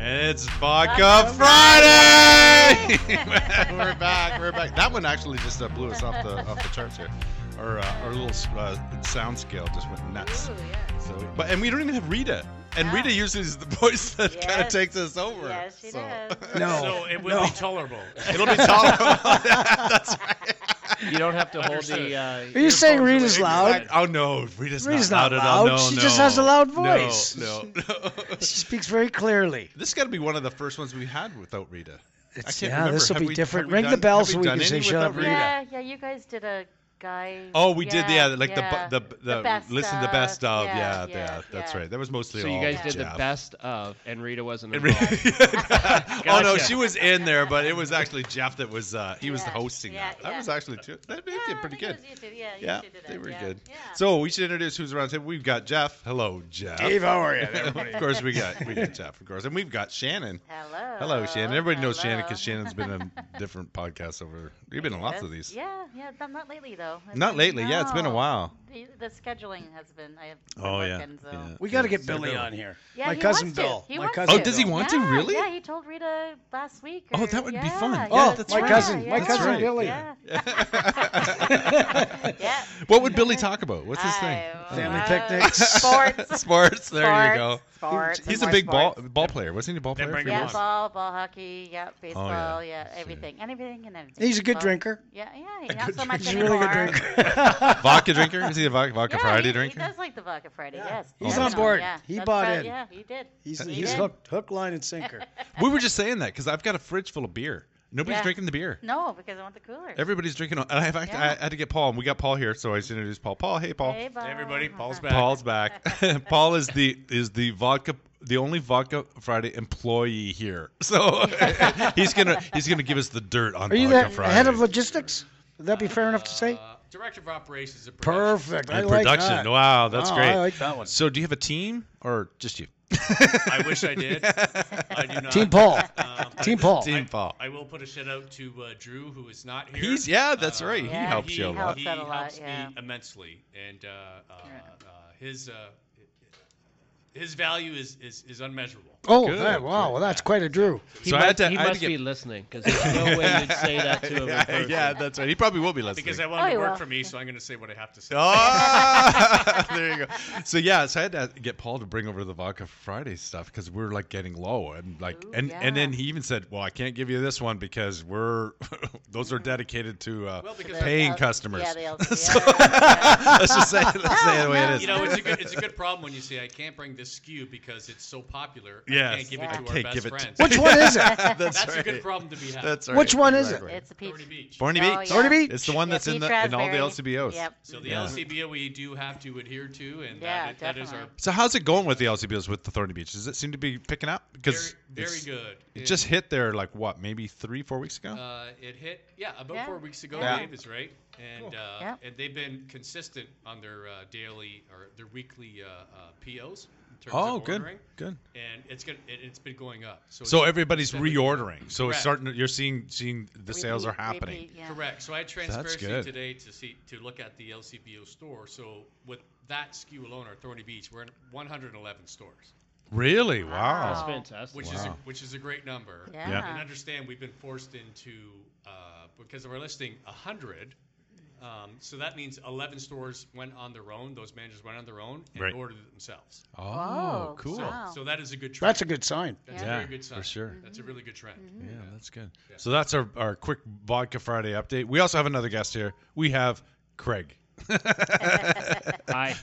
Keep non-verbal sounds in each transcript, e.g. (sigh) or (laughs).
It's Vodka (laughs) Friday. (laughs) we're back. We're back. That one actually just uh, blew us off the off the charts here. Our uh, our little uh, sound scale just went nuts. Ooh, yeah. So, but and we don't even have Rita. And No. Rita usually is the voice that kind of Yes. takes us over. Yes, she so. (laughs) does. No. So it will no. be (laughs) tolerable. It'll be (laughs) tolerable. (laughs) That's right. You don't have to hold Understood. the. Uh, Are you saying earphones Rita's away. loud? Oh no, Rita's, Rita's not not loud, at all. loud. No, She just no. has a loud No, voice. No, no. (laughs) She speaks very clearly. This has got to be one of the first ones we had without Rita. I It's, can't yeah, remember. this will Have be we- different. have we Ring the done- bell have so we we done can say any shut up, without Rita. Yeah, yeah, you guys did a guy. Oh, we did, yeah, like yeah. the bu- the the, best listen to best of, yeah, yeah, that's yeah. right. That was mostly So all you guys did jab. (laughs) the best of, and Rita wasn't And involved. re- (laughs) Oh no, Gotcha. she was in there, but it was actually Jeff that was uh, he was Yeah, hosting yeah, that. That yeah. was actually too, that they Yeah, did I pretty think it good. was you two, Yeah, you Yeah, two did they it, were yeah, good. yeah. So we should introduce who's around. the table. We've got Jeff. Hello, Jeff. Dave, how (laughs) are you? of course, we got we got Jeff, of course, and we've got Shannon. Hello. Hello, Shannon. Everybody knows Shannon because hello. Shannon's been (laughs) on different podcasts over. You've been on lots of these. Yeah, yeah, not, not lately though. It's Not been- lately. Yeah, it's been a no. while. The, the scheduling has been. I have. been Oh, yeah. working, so- Yeah. We got to Yeah, get so Billy Bill. on here. Yeah, My he cousin wants to. Bill. He My wants cousin Oh, does he Bill. want to? Yeah, Really? Yeah, he told Rita last week. Oh, or- that would be yeah, fun. Yeah, Oh, that's my right, cousin- Yeah. my cousin That's right. Billy. (laughs) Yeah. (laughs) yeah. What would Billy talk about? What's his thing? I- Family uh, (laughs) picnics. (laughs) Sports. Sports. There you sports, go. Sports. and He's a more big ball sports. ball player. Wasn't he a ball Then player? bring for him Yeah, years? on. ball, ball hockey, yeah, baseball, yeah, Oh, Let's see. everything, anything, and everything. He's a Uh, good Well, drinker. Yeah, yeah, not so much He's a anymore. really good drinker. (laughs) Vodka drinker? Is he a vodka, vodka Yeah, Friday he, drinker? He does like the vodka Friday. Yes, He's on definitely, board. Yeah. He That's bought prob- in. Yeah, he did. He's, He he's did. hooked, hook, line, and sinker. (laughs) We were just saying that because I've got a fridge full of beer. Nobody's Yeah. drinking the (laughs) beer. No, because I want the cooler. Everybody's drinking. And I have act- Yeah. I had to get Paul, and we got Paul here, so I just introduced Paul. Paul, hey Paul. Hey, Bob. (laughs) everybody, Paul's back. Paul's back. Paul is the is the vodka the only vodka Friday employee here. So he's gonna he's gonna give us the dirt on Are you the vodka Friday. head of logistics? Would that be fair enough to say? Uh, director of operations at production. Perfect. I And like production. that. Wow, that's Oh, great. I like that one. so do you have a team or just you? I wish I did. I (laughs) do not. Team Paul. Um, I- (laughs) Team Paul. Oh, Team Paul. I will put a shout out to uh, Drew, who is not here. He's- yeah, that's right. He Yeah, helps he, you a lot. He helps out helps, a lot, yeah. me immensely, and uh, uh, uh, his uh, his value is is, is unmeasurable. Oh, Good. that, wow. Well, that's quite a Drew. He So I must, had to- he I had to must get- be listening because there's no way you'd say that to him. (laughs) in yeah, person. yeah, that's right. He probably will be listening. Because I Oh, want him he to work will. for me, so I'm going to say what I have to say. Oh, (laughs) there you go. So yeah, so I had to get Paul to bring over the vodka Friday stuff because we were like getting low and like Ooh, and and then yeah. he even said, "Well, I can't give you this one because we're (laughs) those are dedicated to uh, Well, because paying Yeah, customers." (laughs) Yeah, (laughs) they also. So- yeah. let's just say let's say it the way it is. Oh, You know, it's a good it's a good problem when you say I can't bring this skew because it's so popular. I Yes. can't give Yeah. it to our Can't best give it to- friends. (laughs) Which one (laughs) (laughs) is it? that's, That's a right. good problem to be having. That's (laughs) right. Which one is Exactly. It's a peach. Thorny Beach. Barney Oh, Beach. yeah. Barney Beach? It's the one Yeah, that's in peach the in all the raspberry. LCBOs. Yep. So the Yeah. LCBO we do have to adhere to, and Yeah, that, that is our definitely. So how's it going with the LCBOs with the Thorny Beach? Does it seem to be picking up? very, Because very it's- good. It just hit there like what, maybe three, four weeks ago. (laughs) uh, it hit yeah about Yeah. four weeks ago. Yeah. Dave is right, and uh, Yeah. and they've been consistent on their uh, daily or their weekly uh, uh, POs. In terms oh, of good, ordering, good. And it's gonna, it, it's been going up. So, So it's- everybody's it's been- reordering. So it's Correct. starting. to- You're seeing seeing the sales are Repeat, happening. repeat, yeah. Correct. So I had transparency good. today to see to look at the LCBO store. So with that SKU alone, our Thorny Beach, we're in 111 stores, Really? Wow. Wow. Ah. That's Oh. fantastic. which is a, Wow. which is a great number. Yeah. Yeah. and understand we've been forced into uh, because of our listing 100 um, so that means 11 stores went on their own those managers went on their own and Right. ordered it themselves Oh, Whoa, cool. so, Wow. so that is a good trend That's a good sign. That's Yeah, a very good for sign sure. that's a really good trend Yeah, that's good. Yeah. So that's our our quick vodka Friday update. We also have another guest here. We have Craig. (laughs) Hi.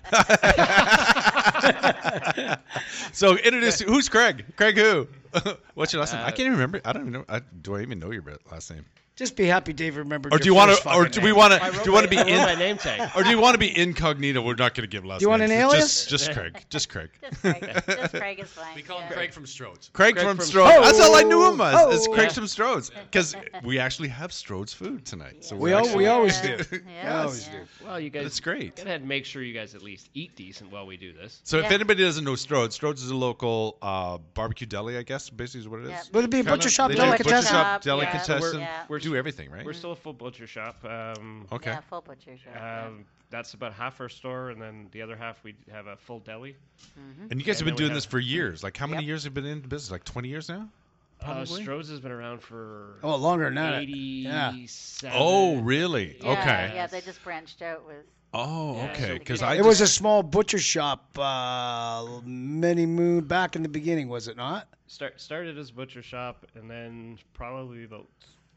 So introduce who's Craig? Craig who? (laughs) What's your last name? I can't even remember. I don't even know. I, do I even know your last name? Just be happy Dave remembered. Or your do you want first to? Or fucking do we name. want to? Do you want to be I wrote my in? name tag Or do you want to be incognito? We're not going to give last. you want names. an It's alias? Just, just Craig. Just Craig. Just Craig. (laughs) Just Craig is fine. we call him yeah. Craig from Strode's Craig, Craig from, from Strode's. That's all I knew him as. Oh. Is Craig Yeah. from Strode's because we actually have Strode's food tonight. So We, we're al- actually- we always do. Yeah. We Yeah. always Yeah. do. well you guys That's great. go ahead and make sure you guys at least eat decent while we do this So if Yeah. anybody doesn't know Strode's, Strode's is a local uh, barbecue deli, I guess. Basically, is what it is. Yeah. Would it be a Kind butcher of- shop they do Butcher butcher delicatessen? shop shop, yeah. delicatessen. Yeah. we're do everything, right? We're still a full butcher shop. Um, okay. Yeah, full butcher Oh. shop. yeah. um, that's about half our store, and then the other half we have a full deli. And you guys have been and then we doing have- this for years. Like, how many Yep. years have you been in business? Like 20 years now? Uh, Probably. Stroh's has been around for Oh, longer than that. Yeah. eighty-seven. Oh, really? Yeah, Okay. Yeah, they just branched out with. Oh, Yeah, okay. so Because we I can- It was a small butcher shop uh, many moon back in the beginning, was it not? Start started as a butcher shop, and then probably about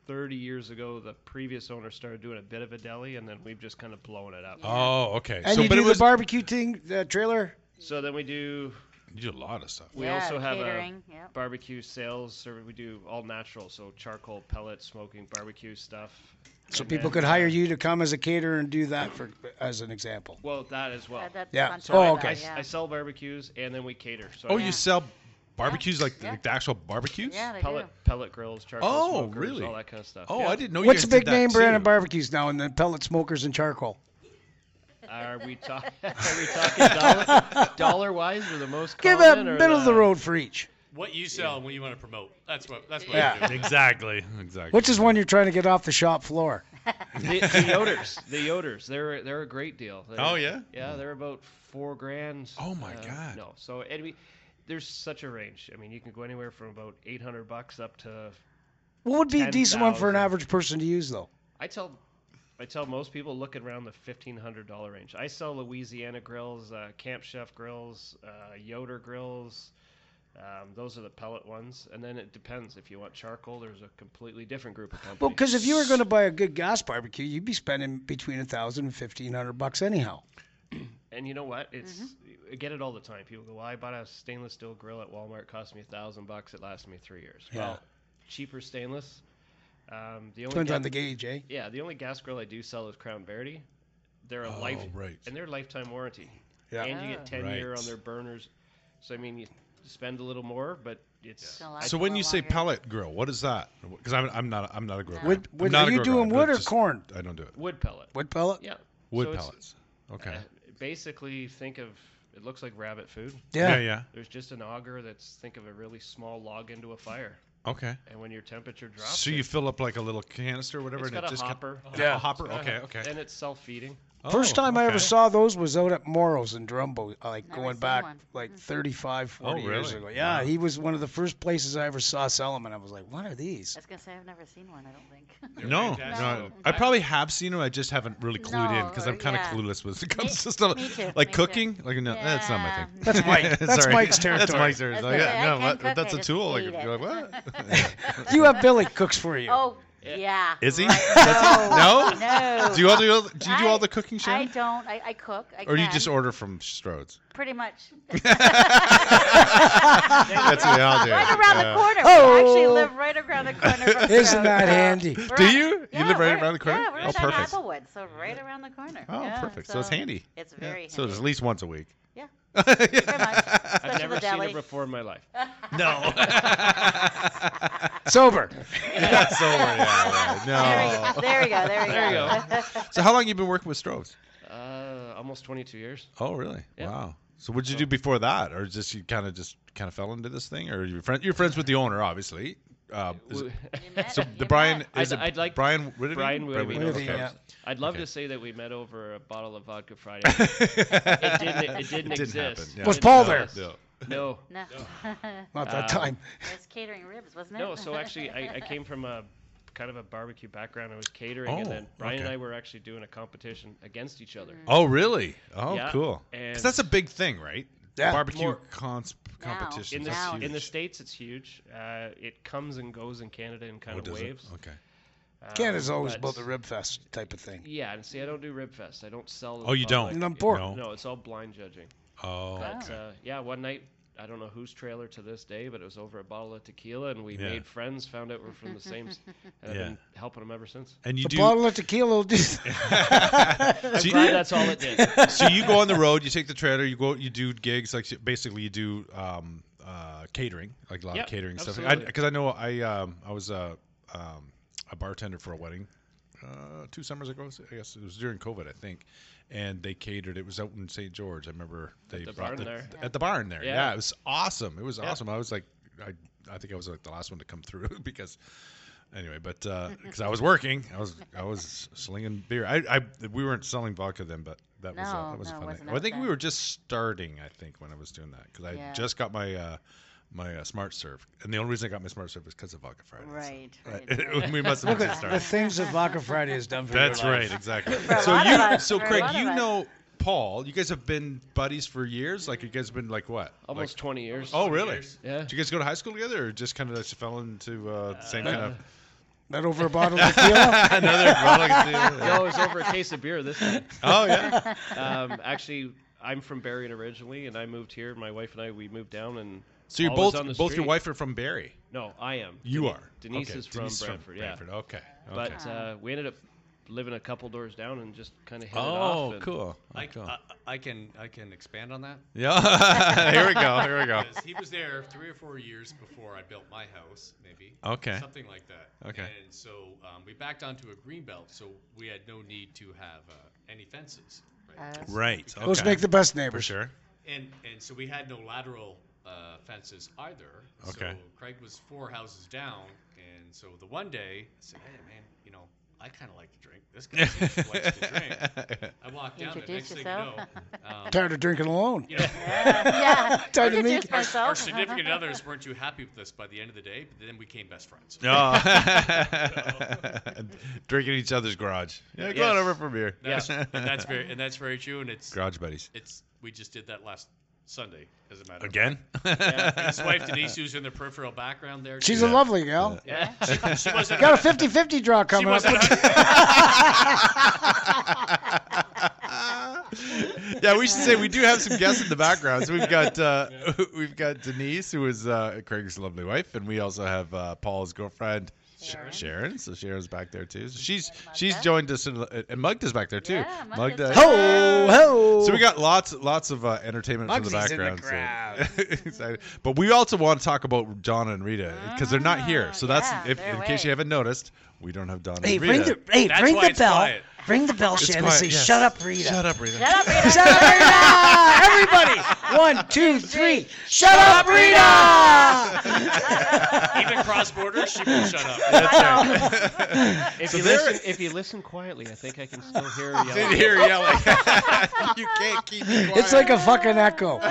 thirty years ago, the previous owner started doing a bit of a deli, and then we've just kind of blown it up. Oh, okay. And so, you but do it was the barbecue thing, the trailer. So then we do you do a lot of stuff. We yeah, also have a- catering. Yep. barbecue sales. So we do all natural, so charcoal, pellet, smoking, barbecue stuff. So And people then, could hire uh, you to come as a caterer and do that for, as an example. Well, that as Oh. well. Uh, that's Yeah, on so top I- of okay. that, I, I sell barbecues and then we cater. So Oh, I you Yeah. sell barbecues like the, Yeah. like the actual barbecues? Yeah, they pellet do. pellet grills, charcoal Oh, smokers, really? all that kind of stuff. Oh, yeah. I didn't know you What's the guys big did name that brand too. of barbecues now? And then pellet smokers and charcoal. Are we, talk- (laughs) are we talking dollar, dollar wise or the most Give a common? or middle of the road for each. What you sell and what you want to promote. That's what. That's what. Yeah. I do. Exactly. Exactly. Which is one you're trying to get off the shop floor? The, the Yoders. The Yoders. They're they're a great deal. They're- Oh, yeah? Yeah, they're about four grand. uh, Oh, my God. No, so and we, there's such a range. I mean, you can go anywhere from about eight hundred bucks up to. What would be a decent one for an 10,000. average person to use, though? I tell. I tell most people look around the fifteen hundred dollar range. I sell Louisiana grills, uh, Camp Chef grills, uh, Yoder grills. Um, those are the pellet ones, and then it depends if you want charcoal. There's a completely different group of companies. Well, because if you were going to buy a good gas barbecue, you'd be spending between a thousand and fifteen hundred bucks anyhow. And you know what? It's I get it all the time. People go, "Well, I bought a stainless steel grill at Walmart. It cost me a thousand bucks. It lasted me three years." Yeah. Well, cheaper stainless. Um, the only Depends on gas- the gauge, eh? Yeah, the only gas grill I do sell is Crown Verity. They're a Oh, life right. and they're lifetime warranty. Yeah. And you Ah. get ten year Right. on their burners. So I mean, you spend a little more, but it's Still lasts So a when little you say longer. pellet grill, what is that? Because I'm, I'm not I'm not a grill. No. guy. Would- I'm would- not are a you grill guy, doing but wood or just- corn? I don't do it. wood pellet. Wood pellet. Yeah. Wood so it's- pellets. Okay. uh, basically, think of it looks like rabbit food. yeah. Yeah. Yeah. There's just an auger that's think of a really small log into a fire. Okay. and when your temperature drops, So you fill up like a little canister or whatever, it's and got it a just ca- hopper. Yeah. A hopper. It's got Okay. a- Okay. (laughs) And it's self-feeding. First Oh, time I ever okay. saw those was out at Morrow's in Drumbo, uh, like Never going seen back one. Mm-hmm. like 35, 40 years Oh, really? ago. Yeah, Wow. he was one of the first places I ever saw sell them, and I was like, what are these? I was gonna say I've never seen one. I don't (laughs) think. They're No, fantastic. no, No. I probably have seen them. I just haven't really clued in No, because or- I'm kind of yeah. clueless when it comes to Me- stuff me too, like me too. cooking. Like no, that's not my Yeah, thing. (laughs) That's no. Mike- that's Sorry. Mike's That's territory. Mike's territory. That's Like, okay, yeah, I no, can what- cook, that's I a just tool. Like, hate you're it. like what? (laughs) (laughs) You have Billy cooks for you. Oh yeah. Is he? right. (laughs) That's- No. No. Do you all do? all- Do you do all I- the cooking, I Sharon? don't. I, I cook. I Or you can, just order from (laughs) Strode's? pretty (laughs) much. That's what I'll do. Right around Yeah. the corner. We actually Oh. live right around the corner. From Isn't Stroh's. that Yeah. handy? We're Do on- you? You yeah, live right we're- around the corner? Yeah, we're Oh, right on perfect. Applewood, so right around the corner. Oh, Yeah, perfect. So it's handy. It's very handy. So it's at least once a week. (laughs) Yeah. Pretty Yeah. much. Especially I've the never seen deli. it before in my life. no. (laughs) Sober. That's over. Yeah, yeah. No. There we go. There we go. There you go. So how long you been working with Strode's? Uh, almost 22 years. Oh, really? Yeah. Wow. So what did you do before that, or just you kind of just kind of fell into this thing, or you friend you're friends with the owner, obviously. Uh, is (laughs) it- so the Brian is I'd- it I'd like- Brian Whitty? Brian Whitty, Whitty, (laughs) yeah. I'd love Okay. to say that we met over a bottle of (laughs) vodka Friday. it didn't. It didn't, It didn't happen, exist. yeah. It Was didn't Paul exist. there? No. (laughs) No. Not that Uh, Um, time. (laughs) it's catering ribs, wasn't it? No. So actually, I, I came from a kind of a barbecue background. I was catering, and Oh, then Brian and okay. I were actually doing a competition against each other. Oh, really? Oh, Yeah, cool. and- Because that's a big thing, right? Yeah. Barbecue More- cons- Now. competitions. In the that's Wow. huge. in the states, it's huge. Uh, it comes and goes in Canada in kind Oh, of does it? waves. Okay. Um, uh, Canada's always but- about the rib fest type of thing. Yeah, and see, I don't do rib fest. I don't sell. to the Oh, you don't? public. No, poor- No. No, it's all blind judging. Oh, But okay. uh, yeah, one night I don't know whose trailer to this day, but it was over a bottle of tequila, and we Yeah. made friends. Found out we're from the same, s- and Yeah. I've been helping them (laughs) ever since. And you the do. bottle of tequila will (laughs) do that. so, I'm you, glad that's all (laughs) it did. so you go on the road, you take the trailer, you go, you do gigs, like basically you do um, uh, catering, like a lot Yep, of catering stuff. absolutely. Because I, know I um, I was a um, a bartender for a wedding uh, two summers ago. I guess it was during COVID, I think. And they catered. It was out in St. George. I remember they the brought barn there. at the barn there. Yeah. Yeah. it was awesome. It was Yeah. awesome. I was like, I I think I was like the last one to come through (laughs) because anyway, but (laughs) because I was working, I was I was slinging beer. I, I we weren't selling vodka then, but that was uh, No, that was no, it fun. wasn't I out think we then. were just starting. I think when I was doing that because I Yeah. just got my uh, my uh, smart serve, and the only reason I got my smart serve is because of vodka Friday. (laughs) (laughs) Right, right. Right. we must have Look been at (laughs) the (laughs) starting. things that Vodka Friday has done for your That's life. right, exactly. a so lot of you, us, so (laughs) for a Craig, lot of you us. (laughs) know Paul. You guys have been buddies for years. Like you guys have been like what? Almost Like, 20 years. oh, really? years. (laughs) Yeah. Did you guys go to high school together, or just kind of just fell into uh, the same kind of That over a bottle of tequila? another product? No, it was over a case of beer this time. Oh yeah. Um, actually, I'm from Barrie originally, and I moved here. My wife and I, we moved down, and So you're (laughs) always both on the both your street. wife are from Barry. No, I am. You are. Denise Okay, is from Brantford, yeah. Okay. okay. (laughs) But uh, we ended up living a couple doors down and just kind of hit it off. oh, and- cool. Oh, I, uh, cool. I, I can I can expand on that yeah. (laughs) here we go. Here we go. because he was there three or four years before I built my house, maybe. Okay. Something like that. Okay. And so um, we backed onto a green belt, so we had no need to have uh, any fences. Right. Uh, Right. (laughs) Okay. Let's make the best for neighbors. sure. And and so we had no lateral uh, fences either. Okay. So Craig was four houses down, and so the one day I said, "Hey man, you know, I kind of like to drink. This guy seems to likes to drink." (laughs) I walked down. The Introduce next yourself. thing you (laughs) know, um, Tired of drinking alone. you know, yeah. Time to Introduce make- our, myself. our significant others weren't too happy with us by the end of the day, but then we became best friends. Oh. (laughs) Drinking each other's garage. Yeah, go on Yes. over for beer. (laughs) That's, and that's very and that's very true. And it's garage buddies. it's we just did that last Sunday, as a matter (laughs) of Again? fact. And his wife Denise, who's in the peripheral background there, She's Yeah. a lovely gal. yeah. she, she (laughs) wasn't. Got a 50 50 draw she coming up. wasn't a- (laughs) yeah, we should say we do have some guests in the background. So we've got uh, (laughs) we've got Denise, who is uh, Craig's lovely wife, and we also have uh, Paul's girlfriend. Sharon. Sharon, so Sharon's back there too. So she's she's Magda. joined us, in, and Mugda's back there too. Yeah, Mugda's Mugda- back. Ho, ho. So we got lots lots of uh, entertainment from the Mugsy's in the background. so- (laughs) Excited. but we also want to talk about Donna and Rita because they're not here. So that's Ah, yeah, if, they're in case you away. haven't noticed, we don't have Donna Hey, and ring Rita. the, hey, That's ring why the it's bell. quiet. Ring the bell, It's Shannon. quiet, say, yes. shut up, Rita. Shut up, Rita. (laughs) Shut up, (laughs) Rita. Shut up, Rita! Everybody! One, two, three. Shut up, Rita! even cross borders, she won't shut (laughs) up. If, So you there- listen, if you listen quietly, I think I can still hear you. Didn't hear yelling. you can't keep me quiet. It's like a fucking echo. (laughs)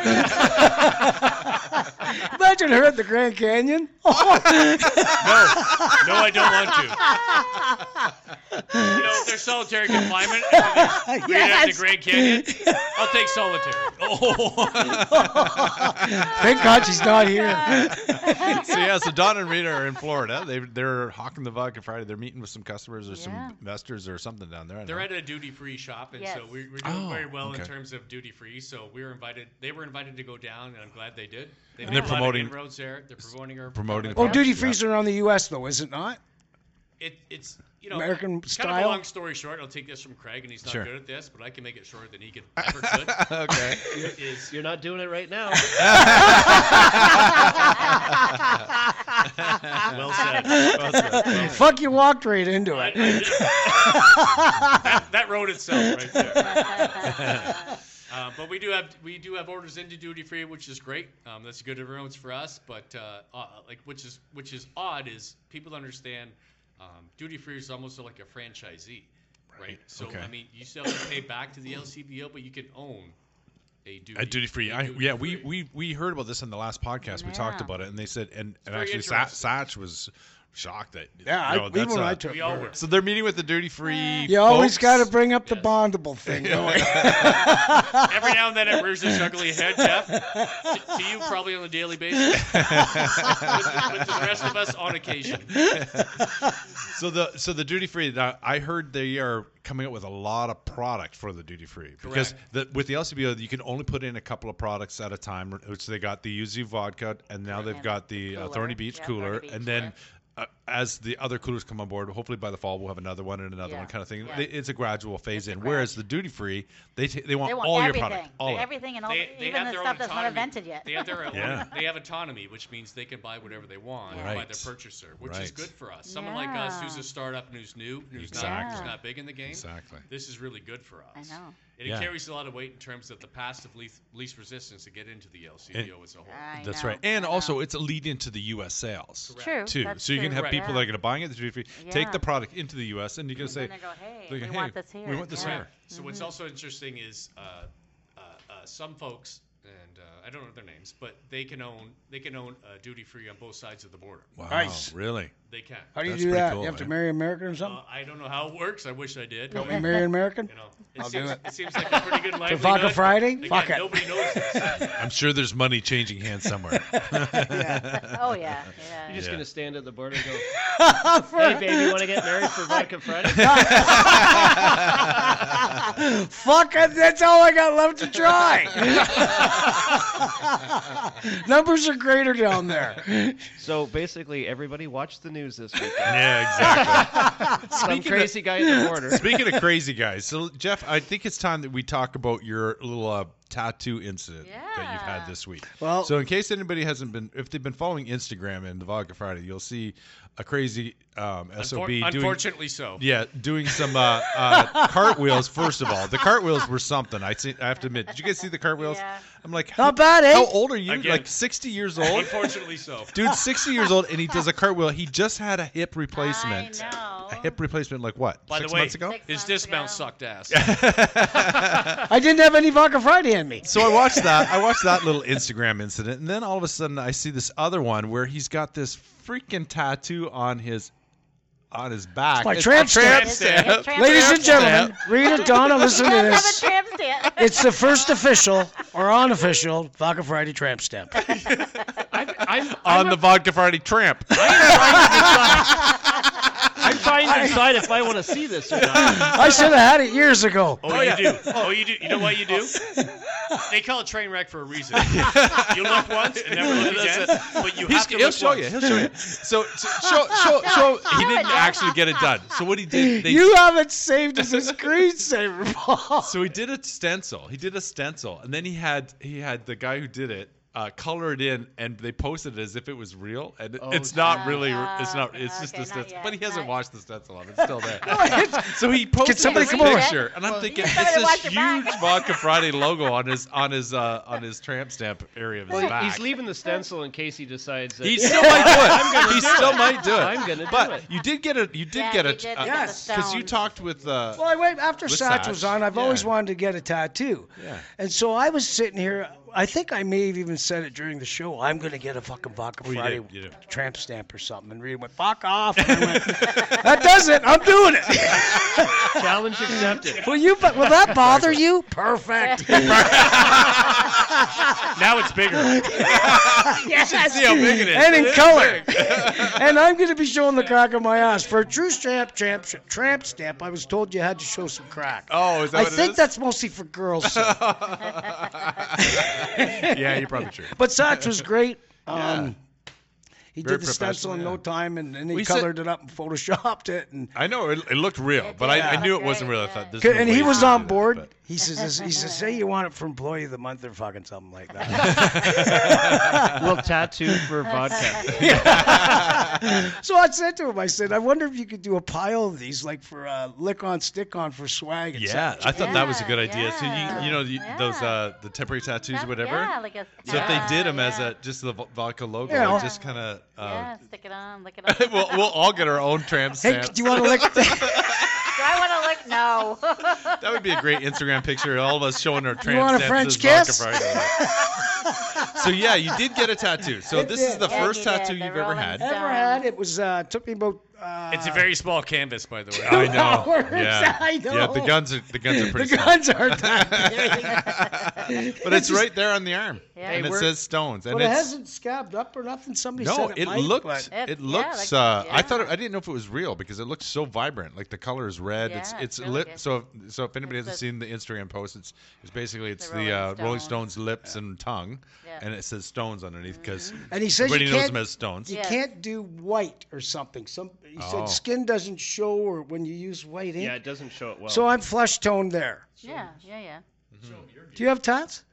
Imagine her at the Grand Canyon. (laughs) Oh, No, I don't want to. You know, if there's solitary confinement, if there's Rita in the Grand Canyon, I'll take solitary. (laughs) Thank God she's not here. so yeah, so Don and Rita are in Florida. They they're hawking the vodka Friday. They're meeting with some customers or Yeah. some investors or something down there. I They're know. at a duty free shop, and Yes. so we're, we're doing Oh, very well okay. in terms of duty free. So we were invited. They were invited to go down, and I'm glad they did. They And they're promoting- roads there. They're promoting our promoting the Well, Oh, duty frees are on the U.S. though, is it not? It, it's you know American kind Of style? a long story short, I'll take this from Craig, and he's not Sure. good at this, but I can make it shorter than he could (laughs) ever could. okay. Is (laughs) You're not doing it right (laughs) now. (laughs) well said. Well said. Fuck, you walked right into I- I it. just- that, that road itself, right there. Uh, but we do have we do have orders into duty free, which is great. Um, that's a good influence for us. But uh, uh, like, which is which is odd is people don't understand um, duty free is almost like a franchisee, right? So okay. I mean, you still have to pay back to the LCBO, but you can own a duty At duty free, I, duty yeah, we, free. we we heard about this on the last podcast. We talked Yeah. about it, and they said, and, and very actually, Sa- interesting. Satch was shocked that Yeah, you know, I, that's even when a- I took we all her. were. So they're meeting with the duty free. You always got to to. bring up the Yes. bondable (laughs) thing. don't we? Every now and then it rears its ugly head, Jeff. To, to you, probably on a daily basis. with, with the rest of us on occasion. So the so the duty free. now, I heard they are coming up with a lot of product for the duty free because Correct. the, with the LCBO you can only put in a couple of products at a time. Which they got the Yuzu vodka, and now they've And got the uh, cooler. Thorny Beach Yeah, cooler, Thorny and Beach, then. Uh, as the other coolers come on board, hopefully by the fall we'll have another one and another Yeah, one, kind of thing. yeah. They- It's a gradual phase a in. grad- Whereas the duty free, they t- they want They want all everything. your product, all of it. everything and all, They, they even have the their stuff own that's not autonomy. invented yet. They have their own, Yeah. they have autonomy, which means they can buy whatever they want by Right. their purchaser, which is Right. good for us. Someone like us who's Yeah. a startup and who's new, who's, Exactly. not, who's not big in the game, Exactly. this is really good for (laughs) I (laughs) us. know. And Yeah. it carries a lot of weight in terms of the passive least, least resistance to get into the LCBO as a whole. I That's know, right. And I also, know. it's a lead into the U.S. sales. Correct. true. Too. that's so you can true, have Right. people that are going to buy it at the duty free, take Yeah. the product into the U.S., and you're going to say, And then they go, hey, they go, we want "Hey, this here. we want this yeah. here. So what's Mm-hmm. also interesting is uh, uh, uh, some folks, and uh, I don't know their names, but they can own they can own uh, duty free on both sides of the border. "Wow, Nice. really? They can. How do you That's do pretty that? cool, you have to man. marry an American (laughs) or something? Uh, I don't know how it works. I wish I did. Help but, me marry an American? you know, it I'll do seems, it. seems like a pretty (laughs) good livelihood. Vodka Friday? Again, Fuck it. (laughs) Nobody knows this. I'm sure there's money changing hands somewhere. (laughs) (laughs) Oh yeah, You're yeah. just Yeah. gonna stand at the border and go, For- "Hey, baby, want to get married for Vodka Friday?" Fuck it, that's all I got left to (laughs) try. (laughs) Numbers are greater (laughs) down there. (laughs) So basically, everybody watched the news this week. yeah, exactly. Some crazy guy at the (laughs) border. Speaking of crazy guys, so Jeff, I think it's time that we talk about your little uh, tattoo incident that you've had Yeah. this week. Well- so in case anybody hasn't been, if they've been following Instagram and the Vodka Friday, you'll see a crazy um, SOB Unfor- doing unfortunately, so. (laughs) Yeah, doing some uh, uh, cartwheels. First of all, the cartwheels were something. I see, I have to admit. Did you guys see the cartwheels? Yeah. I'm like, how, Not bad, eh? how old are you? Again. Like 60 years old, Unfortunately, so. (laughs) dude. 60 years old, and he does a cartwheel. He just had a hip replacement. I know. A hip replacement, like what? By the six way- months ago. Six His months ago. dismount (laughs) sucked ass. Oh, I didn't have any vodka Friday in me. So I watched that. I watched that little Instagram incident, and then all of a sudden, I see this other one where he's got this freaking tattoo on his on his back. my It's a tramp stamp. tramp stamp. Tramp stamp. Ladies and Tramp gentlemen, Rita, Donna, listen (laughs) to Have a this. tramp stamp. (laughs) It's the first official or unofficial Vodka Friday tramp stamp. I'm, I'm, On the Vodka Friday tramp. I'm trying to decide if I want to see this or not. I should have had it years ago. Oh, you do. Oh, you do. You know what (laughs) you do? They call it train wreck for a reason. you look once and never (laughs) look again, but you have to he'll look show once. you. He'll show you. So, so show, show, show. (laughs) He show it, didn't Jeff. actually get it done. So what he (laughs) did, they, (laughs) You have it saved as a screensaver, Paul. so he did a stencil. He did a stencil, and then he had he had the guy who did it uh, color it in, and they posted it as if it was real, and it- Oh, it's not geez. really. Uh, It's not. It's just okay, a not stencil. yet, But he hasn't not- watched the stencil of it. It's still (laughs) there. so he Can posted somebody this come over? picture, and I'm thinking somebody it's this watch your back. huge (laughs) Vodka Friday logo on his on his uh, on his tramp stamp area of his back. He's leaving the stencil in case he decides that He still might do it. He still it. might do it. I'm gonna do but it. you did get a. You did Yeah, get a. he did uh, get the Yes. Because you stone. talked with. Uh, Well, I went after With Satch Satch, was on. I've always yeah. wanted to get a tattoo. Yeah. And so I was sitting here. I think I may have even said it during the show. I'm going to get a fucking Vodka you Friday did, you did. tramp stamp or something. And Rita went, fuck off. And I went, (laughs) that does it. I'm doing it. (laughs) challenge accepted. will you? But will that bother you? (laughs) Perfect. Now (laughs) it's bigger. see how big it is. And (laughs) in color. and I'm going to be showing the crack of my ass. For a true tramp, tramp, tramp stamp, I was told you had to show some crack. oh, is that I what think it is? that's mostly for girls. so. (laughs) yeah, you're (laughs) probably true. But Satch (laughs) was great. Um, He Very did the stencil in professional, no yeah. time, and then he We said- colored it up and photoshopped it, (laughs) and I know it, it looked real, but did. I, I knew it Okay, wasn't real. I yeah. thought this. and he was on board. He says, this- he says, hey, you want it for employee of the month or fucking something (laughs) like that. (laughs) (laughs) We'll tattoo for vodka. so I said to him, I said, I wonder if you could do a pile of these, like for uh, lick on, stick on for swag. And Yeah, such." I thought that was a good Yeah, idea. So you, you know the, yeah. those uh, the temporary tattoos, That- whatever. Yeah, like a, So if they did them as yeah. a just the vo- vodka logo, Yeah. it just kind of. Uh, yeah, stick it on, lick (laughs) it up. we'll, we'll all get our own tramp Hey, stamps. do you (laughs) want to lick? (laughs) Do I want to look? No. That would be a great Instagram picture. All of us showing (laughs) our tramp want a stamps French as kiss? Vodka Friday. so yeah, you did get a tattoo. So this is the Yeah, you first did. tattoo The you've ever Rolling had. Stone. (laughs) Ever had? It was uh, took me about. Uh, It's a very small canvas, by the way. I know. hours. Yeah. (laughs) I Yeah, the know. guns are the guns are the pretty. small. guns (laughs) are not big. (laughs) but it's right there on the arm, Yeah. and Hey, it we're- says stones, and But it it's hasn't scabbed up or nothing. Somebody No, said it, it, might, looked. but- It- It yeah, looks. like- uh, I yeah. thought. It, I didn't know if it was real because it looks so vibrant. Like the color is red. it's Yeah, it's it's really lip. good. So if- so if anybody It's hasn't the- seen the Instagram post, it's it's basically it's the, Rolling uh, Rolling Stones. Stones lips and tongue, (laughs) Yeah. Mm-hmm. and it says stones underneath because and he says everybody you knows can't, them as stones. you Yes. can't do white or something. Some he Oh. said skin doesn't show or when you use white ink. Yeah, it doesn't show it well. so I'm flesh toned there. yeah, yeah, yeah. Do you have tats?